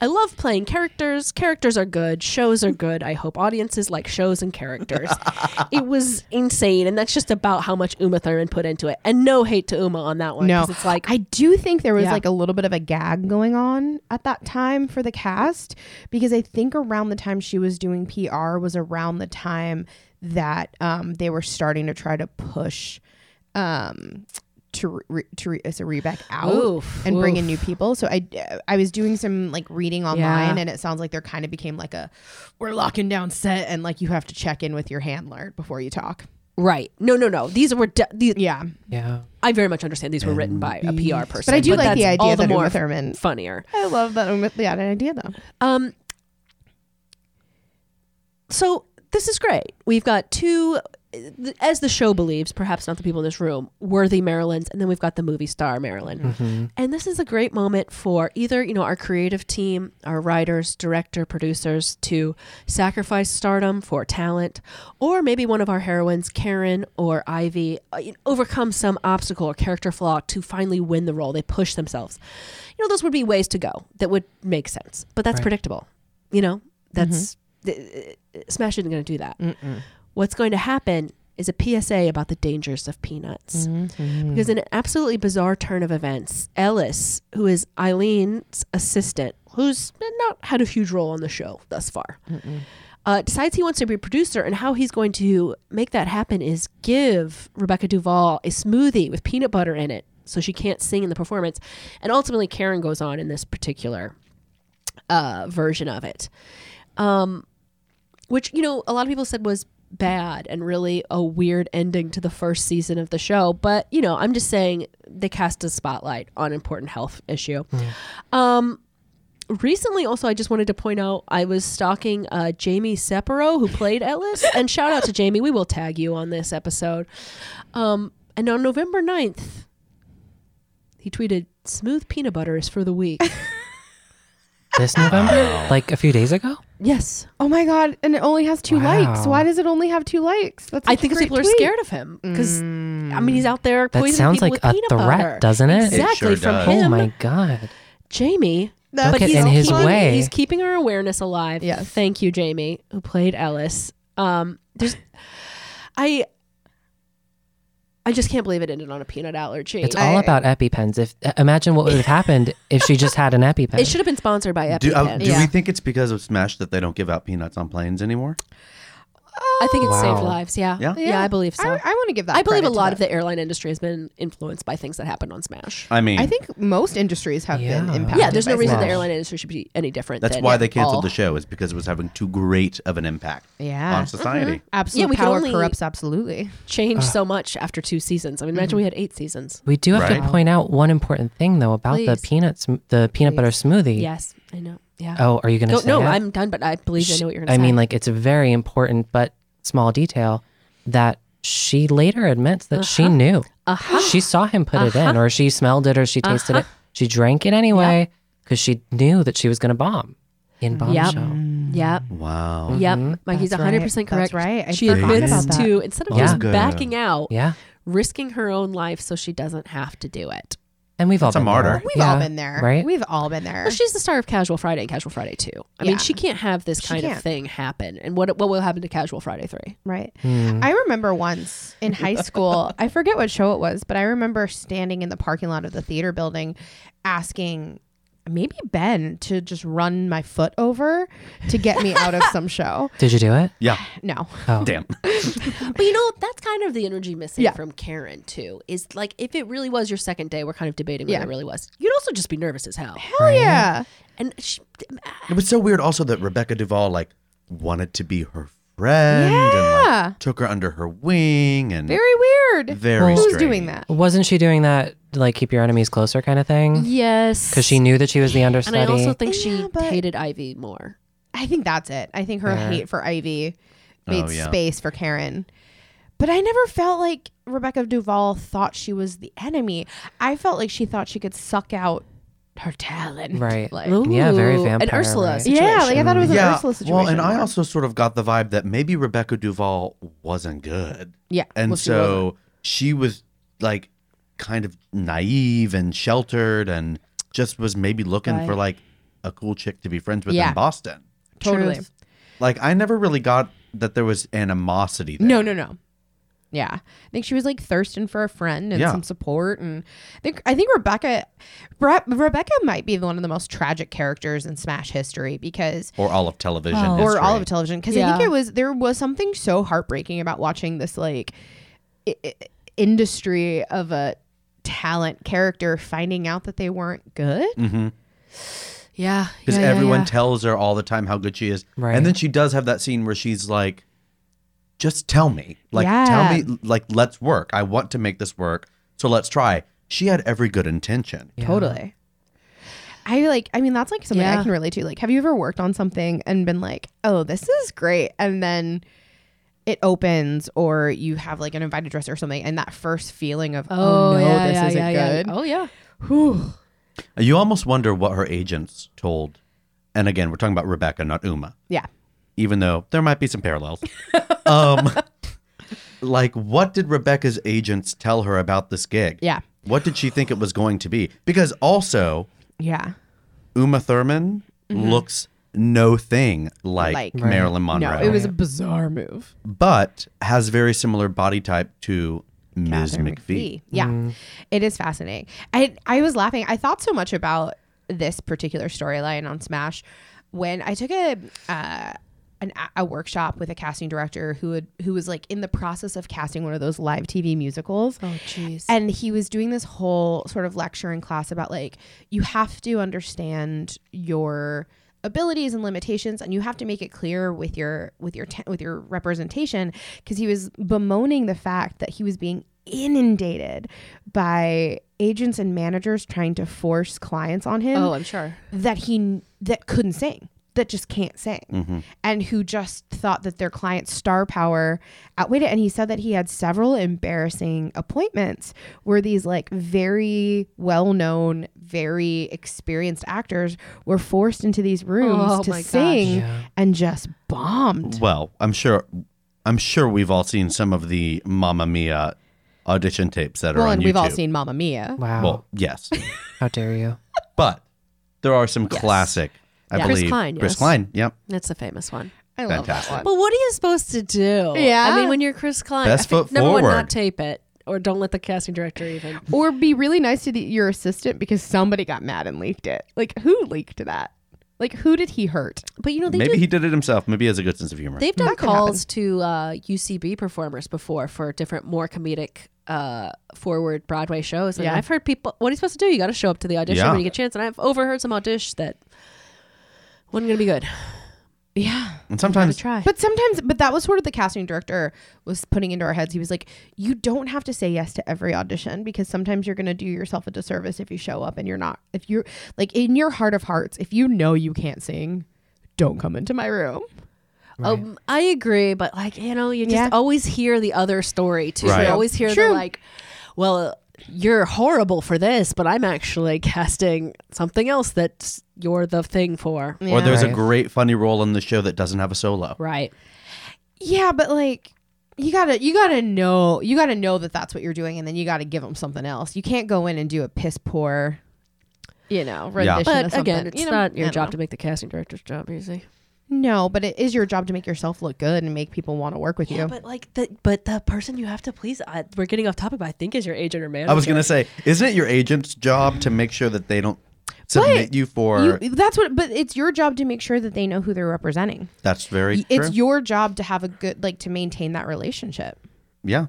I love playing characters. Characters are good. Shows are good. I hope audiences like shows and characters. it was insane. And that's just about how much Uma Thurman put into it. And no hate to Uma on that one. No, 'cause It's like, I do think there was Yeah. like a little bit of a gag going on at that time for the cast because I think around the time she was doing PR was around the time that um, they were starting to try to push um, to re- to re- so Rebeck out Oof, and bring in oof. new people. So I I was doing some like reading online, Yeah. and it sounds like there kind of became like a we're locking down set, and like you have to check in with your handler before you talk. right. No, no, no. These were, de- these, Yeah, yeah. I very much understand these were written by a PR person. Mm, but I do like the that's idea all the that more Uma Thurman. funnier. I love that. Uma- Yeah, that idea though. Um, so this is great. We've got two, as the show believes, perhaps not the people in this room, worthy Marilyns, and then we've got the movie star Marilyn. And this is a great moment for either you know our creative team, our writers, director, producers to sacrifice stardom for talent, or maybe one of our heroines, Karen or Ivy, uh, you know, overcome some obstacle or character flaw to finally win the role. They push themselves. You know, those would be ways to go that would make sense, but that's predictable. You know, that's th- Smash isn't going to do that. What's going to happen is a PSA about the dangers of peanuts. Because in an absolutely bizarre turn of events, Ellis, who is Eileen's assistant, who's not had a huge role on the show thus far, uh, decides he wants to be a producer, and how he's going to make that happen is give Rebecca Duvall a smoothie with peanut butter in it, so she can't sing in the performance. And ultimately, Karen goes on in this particular uh, version of it, um, which you know a lot of people said was bad and really a weird ending to the first season of the show. But you know, I'm just saying they cast a spotlight on important health issue. Hmm. Um, recently also i just wanted to point out i was stalking uh, jamie Sepiro, who played ellis and shout out to jamie we will tag you on this episode um, and on november 9th he tweeted smooth peanut butter is for the week This November? like a few days ago? yes Oh my god! And it only has two Wow. likes. Why does it only have two likes? That's i such a think 'cause great people are tweet. Mm. scared of him because Mm. i mean he's out there That poisoning sounds people like with a peanut threat, butter. doesn't it? It sure exactly from does. Oh him my god. jamie That's Look but at he's in his keeping, way. He's keeping our awareness alive. Yes. Thank you, Jamie, who played Ellis. Um, there's I I just can't believe it ended on a peanut allergy. It's all about EpiPens. If imagine what would have happened if she just had an EpiPen. it should have been sponsored by EpiPen. Do, uh, do yeah. we think it's because of Smash that they don't give out peanuts on planes anymore? I think it's saved Wow. lives. Yeah. Yeah? I believe so. I, I want to give that. I believe a credit to lot of that. the airline industry has been influenced by things that happened on Smash. I mean, I think most industries have Yeah. been impacted. Yeah, there's no by reason the Smash. airline industry should be any different. that's than why it they canceled all. the show is because it was having too great of an impact Yeah. Mm-hmm. on society. Uh-huh. Absolute Yeah, we could power only- corrupts absolutely. Change so much after two seasons. I mean, imagine we had eight seasons. we do have Right. to point out one important thing though about the Please. peanuts, the peanut butter smoothie. Yes, I know. Yeah. Oh, are you going to Go- say no, it? I'm done. But I believe I know what you're going to I say. mean, like it's a very important but small detail that she later admits that she knew. Uh-huh. She saw him put it Uh-huh. in, or she smelled it, or she tasted it. She drank it anyway because she knew that she was going to bomb in bombshell. yep, Wow. yep. Mikey's That's 100 right. percent That's correct. right. I she forgot admits about that. to instead of Yeah. just Good. backing out, Yeah, risking her own life so she doesn't have to do it. and we've That's all a been martyr. there. We've Yeah, all been there, right? We've all been there. Well, she's the star of Casual Friday and Casual Friday Two. I Yeah. mean, she can't have this kind of can't. thing happen. And what what will happen to Casual Friday Three? Right. Hmm. I remember once in high school, I forget what show it was, but I remember standing in the parking lot of the theater building asking maybe Ben to just run my foot over to get me out of some show. Did you do it? Yeah. No. Oh, Damn. But you know, that's kind of the energy missing Yeah. from Karen too. Is like if it really was your second day, we're kind of debating Yeah. whether it really was. You'd also just be nervous as hell. Hell Oh, yeah. And she, It was so weird also that Rebecca Duvall like wanted to be her friend and Yeah. like, took her under her wing and Very weird. Very Who's strange. doing that? wasn't she doing that like keep your enemies closer kind of thing? yes, Because she knew that she was the And understudy. I also think Yeah, she but- hated Ivy more. I think that's it. I think her hate for Ivy made Oh, yeah. space for Karen. But I never felt like Rebecca Duvall thought she was the enemy. I felt like she thought she could suck out her talent. Right. Like, Yeah, very Ooh, vampire, An Ursula right. situation. Yeah, like I thought it was an Ursula situation. Well, and I more. also sort of got the vibe that maybe Rebecca Duvall wasn't good. Yeah, And well, she so she, was like kind of naive and sheltered and just was maybe looking for like a cool chick to be friends with Yeah. in Boston. totally. Truth. Like I never really got that there was animosity there. No, no, no. Yeah, I think she was like thirsting for a friend and Yeah. some support, and I think I think Rebecca, Re- Rebecca might be one of the most tragic characters in Smash history because Or all of television. Oh. or all history. of television because I Yeah. think it was there was something so heartbreaking about watching this like I- I- industry of a talent character finding out that they weren't good. Yeah, because yeah, yeah, everyone yeah. tells her all the time how good she is. Right. And then she does have that scene where she's like, "Just tell me, like, Yeah. tell me, like, let's work. I want to make this work, so let's try." She had every good intention. Totally. I like I mean that's like something I Yeah. can relate to. Like have you ever worked on something and been like, "Oh, this is great." And then it opens or you have like an invited dress or something and that first feeling of, "Oh, no, yeah, this yeah, isn't yeah, yeah. good." Oh yeah. You almost wonder what her agents told. And again, we're talking about Rebecca, not Uma, Yeah. even though there might be some parallels. um, like, what did Rebecca's agents tell her about this gig? Yeah. What did she think it was going to be? Because also, Yeah. Uma Thurman looks no thing like, Mm-hmm. Like- Right. Marilyn Monroe, No, it was a bizarre move. but has very similar body type to Ms. Catherine McPhee. McPhee. Yeah, Mm-hmm. it is fascinating. I I was laughing. I thought so much about this particular storyline on Smash when I took a. Uh, an, a workshop with a casting director who had, who was like in the process of casting one of those live TV musicals. Oh jeez. And he was doing this whole sort of lecture in class about like, you have to understand your abilities and limitations and you have to make it clear with your with your te- with your representation because he was bemoaning the fact that he was being inundated by agents and managers trying to force clients on him Oh, I'm sure. that he that couldn't sing that just can't sing Mm-hmm. and who just thought that their client's star power outweighed it and he said that he had several embarrassing appointments where these like very well-known very experienced actors were forced into these rooms Oh to my gosh. sing Yeah. and just bombed Well, I'm sure, I'm sure we've all seen some of the Mamma Mia audition tapes that well are on and YouTube. we've all seen mamma mia Wow. Well, yes, How dare you? but there are some classic. I Yeah. Chris believe Klein, Chris yes. Klein. Yep. That's the famous one. I love Fantastic. that one. But what are you supposed to do? Yeah. I mean, when you're Chris Klein, Best I think, foot number one, forward. not tape it, or don't let the casting director even. Or be really nice to the, your assistant because somebody got mad and leaked it. Like who leaked that? Like who did he hurt? But you know, they Maybe do, he did it himself. Maybe he has a good sense of humor. they've done That could calls to uh, UCB performers before for different, more comedic, uh, forward Broadway shows. And Yeah. I've heard people, what are you supposed to do? You got to show up to the audition Yeah. when you get a chance. And I've overheard some audition that wasn't going to be good. Yeah. and Gotta sometimes try. But sometimes, but that was sort of the casting director was putting into our heads. He was like, you don't have to say yes to every audition because sometimes you're going to do yourself a disservice if you show up and you're not, if you're like in your heart of hearts, if you know you can't sing, don't come into my room. Oh, Um, I agree, but like you know, you just Yeah. always hear the other story too. Right. You always hear True. the like, well, you're horrible for this, but I'm actually casting something else that you're the thing for. Mm. or there's a Right. great funny role on the show that doesn't have a solo. Right. Yeah, but like you gotta you gotta know you gotta know that that's what you're doing, and then you gotta give them something else. You can't go in and do a piss poor, you know, rendition. of But something. again, it's You know, not I your don't job know. to make the casting director's job easy. No, but it is your job to make yourself look good and make people want to work with you. But like the but the person you have to please, I, we're getting off topic. But I think is your agent or manager. I was gonna say, isn't it your agent's job to make sure that they don't submit you for? You, that's what. But it's your job to make sure that they know who they're representing. that's very It's true. your job to have a good like to maintain that relationship. yeah.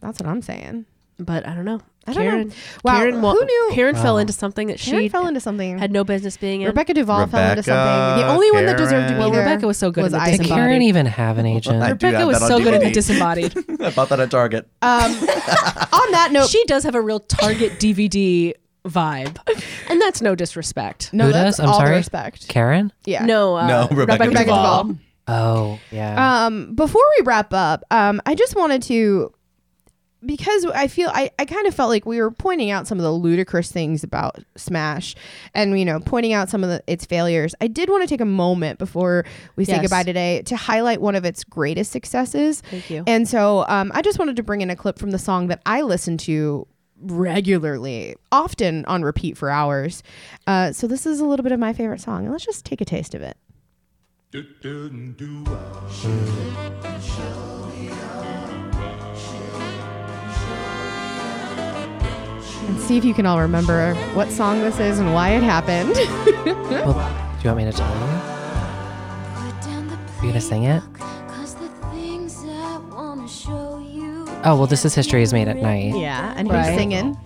That's what I'm saying. But I don't know. I don't know. Karen, Wow, Karen, wa- who knew- Karen fell into something that Karen she fell into something. had no business being in. Rebecca Duvall fell into something. The Rebecca, only one that deserved to be Karen. there. Rebecca was so good Was in the Did disembodied. Karen even have an I agent? do have Rebecca was that on so good at the DVD. disembodied. I bought that at Target. Uh, Um, On that note, she does have a real Target DVD vibe, and that's no disrespect. no, Who that's does? I'm all the sorry? respect. Karen? Yeah. No, uh, No, Rebecca Rebecca Duvall. Duvall. Oh, yeah. Um, before we wrap up, um, I just wanted to because I feel I, I kind of felt like we were pointing out some of the ludicrous things about Smash and you know pointing out some of the, its failures. I did want to take a moment before we say Yes. goodbye today to highlight one of its greatest successes. Thank you. And so um, I just wanted to bring in a clip from the song that I listen to regularly, often on repeat for hours. Uh, so this is a little bit of my favorite song, and let's just take a taste of it. And see if you can all remember what song this is and why it happened. Uh, well, do you want me to tell you? Are you going to sing it? Oh, well, this is History is Made at Night. yeah, and Right. who's singing?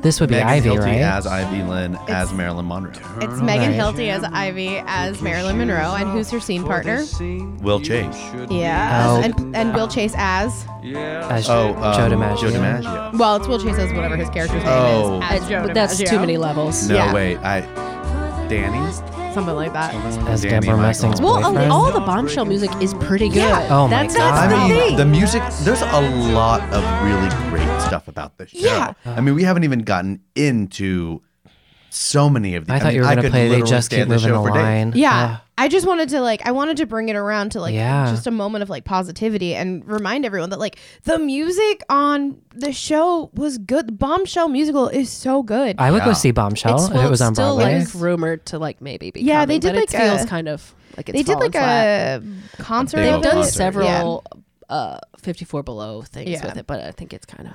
This would be Megan Ivy, Hilty right? as Ivy Lynn as Marilyn Monroe. It's Megan Right. Hilty as Ivy as Marilyn Monroe, and who's her scene partner? Will Chase. Yeah, Oh. and, and Will Chase as As Oh, um, Joe DiMaggio. Joe DiMaggio. well, it's Will Chase as whatever his character's Oh. name is. As Joe but that's DiMaggio. too many levels. No, Yeah. wait. I. Danny. something like that. As Danny Michael. Deborah Messing's Well, boyfriend. all the bombshell music is pretty good. Oh my that's, God. That's I the mean, thing. the music. There's a lot of really great stuff about this show. Yeah. I mean, we haven't even gotten into so many of these. I thought mean, you were going could to play They literally Just stay Keep at this Moving the show for days. Line. Yeah. I just wanted to like I wanted to bring it around to like Yeah. just a moment of like positivity and remind everyone that like the music on the show was good. The Bombshell musical is so good. I would Yeah. go see Bombshell It's, if well, Oh, it was it's on still Broadway. like rumored to like maybe. Be Yeah, they coming, did but like it feels a- kind of like it's they did fallen like a flat. concert. They've of They've it. Little done concert, several uh, 54 below things Yeah. with it, but I think it's kind of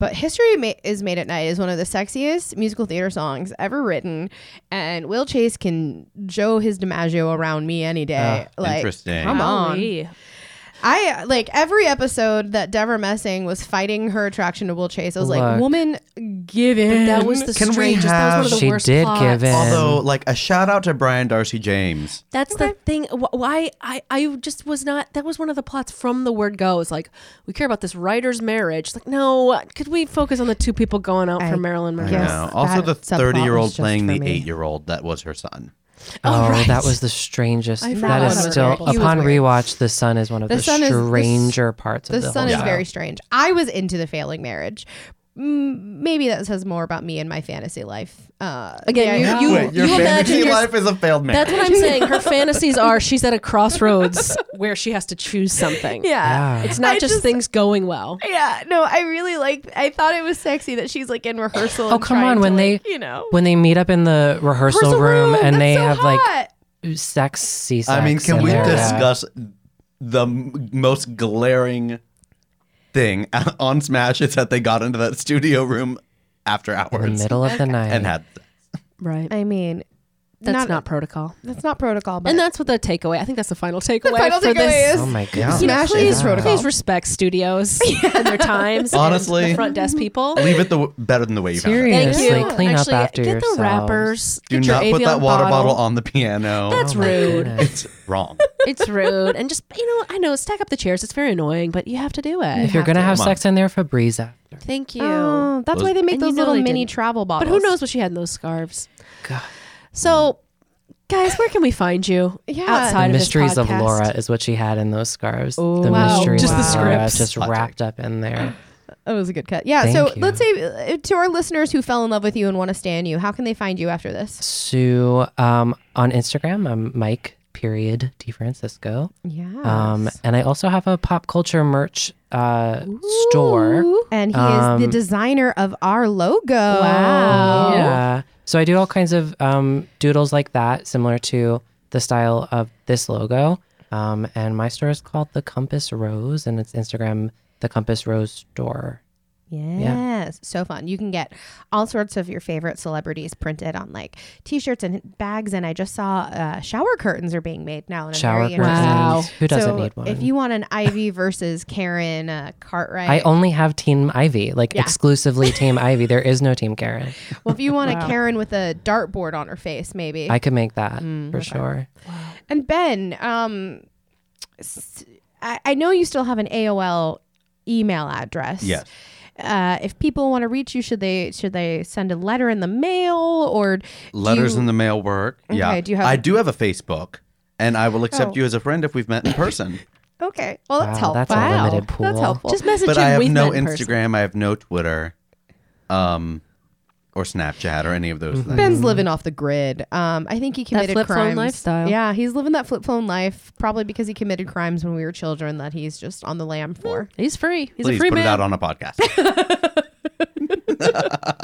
But History Ma- is Made at Night is one of the sexiest musical theater songs ever written, and Will Chase can Joe his DiMaggio around me any day. like, interesting. Come on. I like every episode that Deborah Messing was fighting her attraction to Will Chase. I was like, Look. woman, give in. That was the Can we strangest. That was one of the She worst did plots. give in. Although, like a shout out to Brian Darcy James. That's the thing. Wh- Why I, I just was not. That was one of the plots from the word go. It's like we care about this writer's marriage. It's like no, could we focus on the two people going out I for Marilyn Monroe? You Yes, know, also the that subplot 30 year was old just playing for the me. 8 year old that was her son. Oh, right. that was the strangest. forgot That is about still that. He was upon weird. rewatch. The sun is one of The the, Sun is- the s- stranger parts of The the sun whole is show. very strange. I was into the failing marriage. Mm, maybe that says more about me and my fantasy life. Uh, Again, yeah, you, you, Wait, your you imagine fantasy your- life is a failed marriage. That's what I'm saying. Her fantasies are she's at a crossroads where she has to choose something. yeah. Yeah. It's not I just, just- things going well. Yeah, no, I really like. I thought it was sexy that she's like in rehearsal. Oh come on! When they you know, when they meet up in the rehearsal room, and they have like sex sex. I mean, can in we there, yeah. discuss the m- most glaring thing on Smash? It's that they got into that studio room after hours in the middle of the night? and had. Right. I mean, That's not, protocol. that's not protocol, but And that's what the takeaway. I think that's the final takeaway final for takeaway this. is- oh my You know, god! Smash please, is protocol. please respect studios and their times. and Honestly. the front desk people. Leave it the w- better than the way you found it. Seriously, Thank you. clean Actually, up after get yourselves. the wrappers. Do not get your put Evian that water bottle on the piano. That's Oh my rude. goodness. it's wrong. It's rude. And just, you know, I know, stack up the chairs. It's very annoying, but you have to do it. If you're gonna have Come on. sex in there, Febreze after. Thank you. Oh, that's why they make And you those know little they mini didn't. travel but bottles. who knows what she had in those scarves. God. So, guys, where can we find you Yeah. outside The of this mysteries of podcast? Laura is what she had in those scarves. the Wow. mysteries Just the of Laura scripts. just wrapped up in there. That Oh, was a good cut. Yeah. Thank so you. let's say uh, to our listeners who fell in love with you and want to stand you, how can they find you after this? So um, on Instagram, I'm Mike period D Francisco. Yeah. Um, and I also have a pop culture merch uh, store. and he is the um, designer of our logo. Wow. Oh. Yeah. So I do all kinds of um, doodles like that, similar to the style of this logo. Um, and my store is called The Compass Rose, and it's Instagram, The Compass Rose Store. Yes. So fun. You can get all sorts of your favorite celebrities printed on like t shirts and bags. And I just saw uh, shower curtains are being made now. And Shower I'm very curtains. interested. Wow. Who doesn't so need one? If you want an Ivy versus Karen uh, Cartwright, I only have Team Ivy, like Yeah. exclusively Team Ivy. There is no Team Karen. well, if you want a Karen with a dartboard on her face, maybe. I could make that for sure. And Ben, um, s- I, I know you still have an AOL email address. Yes. Uh, if people want to reach you, should they should they send a letter in the mail or do Letters you- in the mail work. yeah. Okay, do you have- I do have a Facebook, and I will accept Oh. you as a friend if we've met in person. Okay, well that's Wow, helpful. that's a Wow. limited pool. That's helpful. Just message but him. I have We've no met in person. Instagram. I have no Twitter, um, or Snapchat or any of Mm-hmm. those Hmm. things. Ben's living off the grid. Um, I think he committed flip phone crimes. lifestyle. Yeah, he's living that flip phone life, probably because he committed crimes when we were children that he's just on the lam for. He's free. He's Please a free put man. it out on a podcast.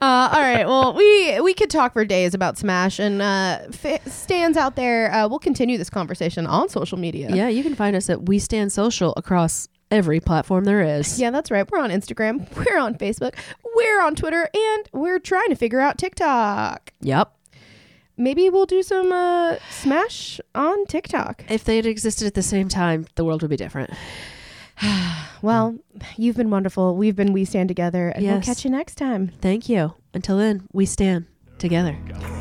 Uh, all right. Well, we we could talk for days about Smash and uh, fa stands out there. Uh, we'll continue this conversation on social media. yeah, you can find us at We Stand Social across every platform there is. Yeah, that's right. We're on Instagram. We're on Facebook. We're on Twitter, and we're trying to figure out TikTok. Yep. Maybe we'll do some uh, Smash on TikTok. If they had existed at the same time, the world would be different. Well, you've been wonderful. We've been We Stand Together, and Yes. we'll catch you next time. Thank you. Until then, we stand together. Go.